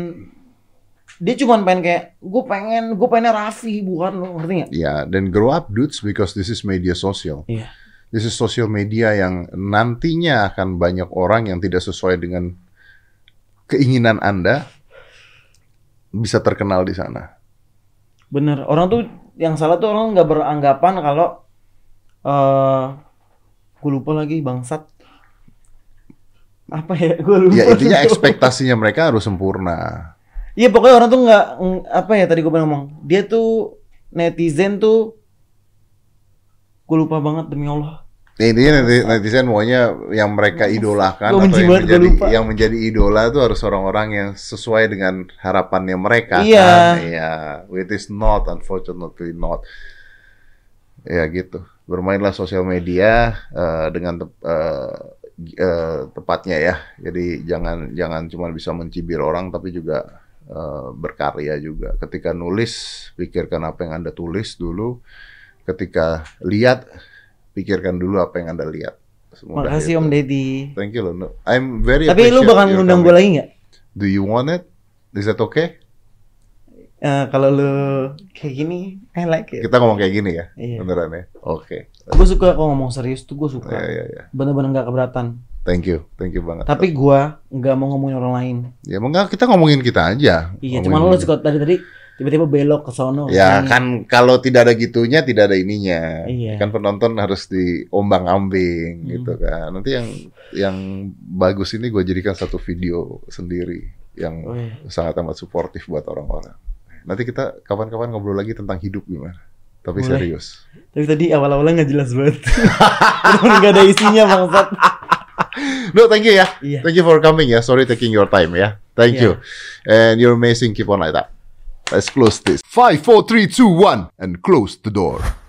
[SPEAKER 2] dia cuman pengen kayak gue pengen gue pengennya Raffi bukan lo, ngerti nggak?
[SPEAKER 1] Ya, dan grow up dudes because this is media sosial.
[SPEAKER 2] Iya.
[SPEAKER 1] This is social media yang nantinya akan banyak orang yang tidak sesuai dengan keinginan Anda bisa terkenal di sana.
[SPEAKER 2] Bener. Orang tuh yang salah tuh orang nggak beranggapan kalau eh gue lupa lagi bangsat apa ya *laughs* gue lupa.
[SPEAKER 1] Ya intinya
[SPEAKER 2] tuh.
[SPEAKER 1] ekspektasinya mereka harus sempurna.
[SPEAKER 2] Iya pokoknya orang tuh nggak ng- apa ya tadi gue pengen ngomong. Dia tuh netizen tuh gue lupa banget demi Allah.
[SPEAKER 1] Ya, intinya neti- netizen maunya yang mereka idolakan
[SPEAKER 2] Gua
[SPEAKER 1] atau
[SPEAKER 2] benci
[SPEAKER 1] yang
[SPEAKER 2] banget, gua
[SPEAKER 1] menjadi,
[SPEAKER 2] lupa.
[SPEAKER 1] yang menjadi idola itu harus orang-orang yang sesuai dengan harapannya mereka.
[SPEAKER 2] Iya.
[SPEAKER 1] Kan? Iya. It is not, unfortunately not. Ya gitu. Bermainlah sosial media eh, dengan tep- eh, eh, tepatnya ya. Jadi jangan jangan cuma bisa mencibir orang tapi juga eh, berkarya juga. Ketika nulis, pikirkan apa yang Anda tulis dulu. Ketika lihat, pikirkan dulu apa yang Anda lihat. Semudah
[SPEAKER 2] Makasih
[SPEAKER 1] itu.
[SPEAKER 2] Om Deddy.
[SPEAKER 1] Thank you loh. No. I'm very
[SPEAKER 2] Tapi lu
[SPEAKER 1] appreciate
[SPEAKER 2] bakal
[SPEAKER 1] your
[SPEAKER 2] ngundang gue
[SPEAKER 1] coming.
[SPEAKER 2] lagi nggak?
[SPEAKER 1] Do you want it? Is that okay?
[SPEAKER 2] Eh, kalau lu kayak gini, I like it.
[SPEAKER 1] Kita ngomong kayak gini ya,
[SPEAKER 2] Iya.
[SPEAKER 1] beneran ya? Oke.
[SPEAKER 2] Gue suka kalau ngomong serius tuh gue
[SPEAKER 1] Ya
[SPEAKER 2] suka.
[SPEAKER 1] ya ya.
[SPEAKER 2] Bener-bener nggak keberatan.
[SPEAKER 1] Thank you, thank you banget.
[SPEAKER 2] Tapi gue nggak mau ngomongin orang lain.
[SPEAKER 1] ya enggak kita ngomongin kita aja.
[SPEAKER 2] Iya,
[SPEAKER 1] Ngomongin
[SPEAKER 2] cuman lu suka tadi tadi tiba-tiba belok ke sono. Iya. ke
[SPEAKER 1] Ya
[SPEAKER 2] sini.
[SPEAKER 1] kan kalau tidak ada gitunya tidak ada ininya.
[SPEAKER 2] Iya.
[SPEAKER 1] Kan penonton harus diombang ambing
[SPEAKER 2] Hmm.
[SPEAKER 1] gitu kan. Nanti yang yang bagus ini gue jadikan satu video sendiri yang
[SPEAKER 2] Weh,
[SPEAKER 1] sangat amat suportif buat orang-orang. Nanti kita kapan-kapan ngobrol lagi tentang hidup gimana. Tapi
[SPEAKER 2] Boleh.
[SPEAKER 1] serius.
[SPEAKER 2] Tapi tadi awal-awalnya nggak jelas banget. *laughs* Gak ada isinya bangsat.
[SPEAKER 1] No, thank you ya.
[SPEAKER 2] Iya.
[SPEAKER 1] Thank you for coming ya. Sorry taking your time ya. Thank you.
[SPEAKER 2] Yeah.
[SPEAKER 1] And you're amazing. Keep on like that. Let's close this.
[SPEAKER 3] Five, four, three, two, one, and close the door.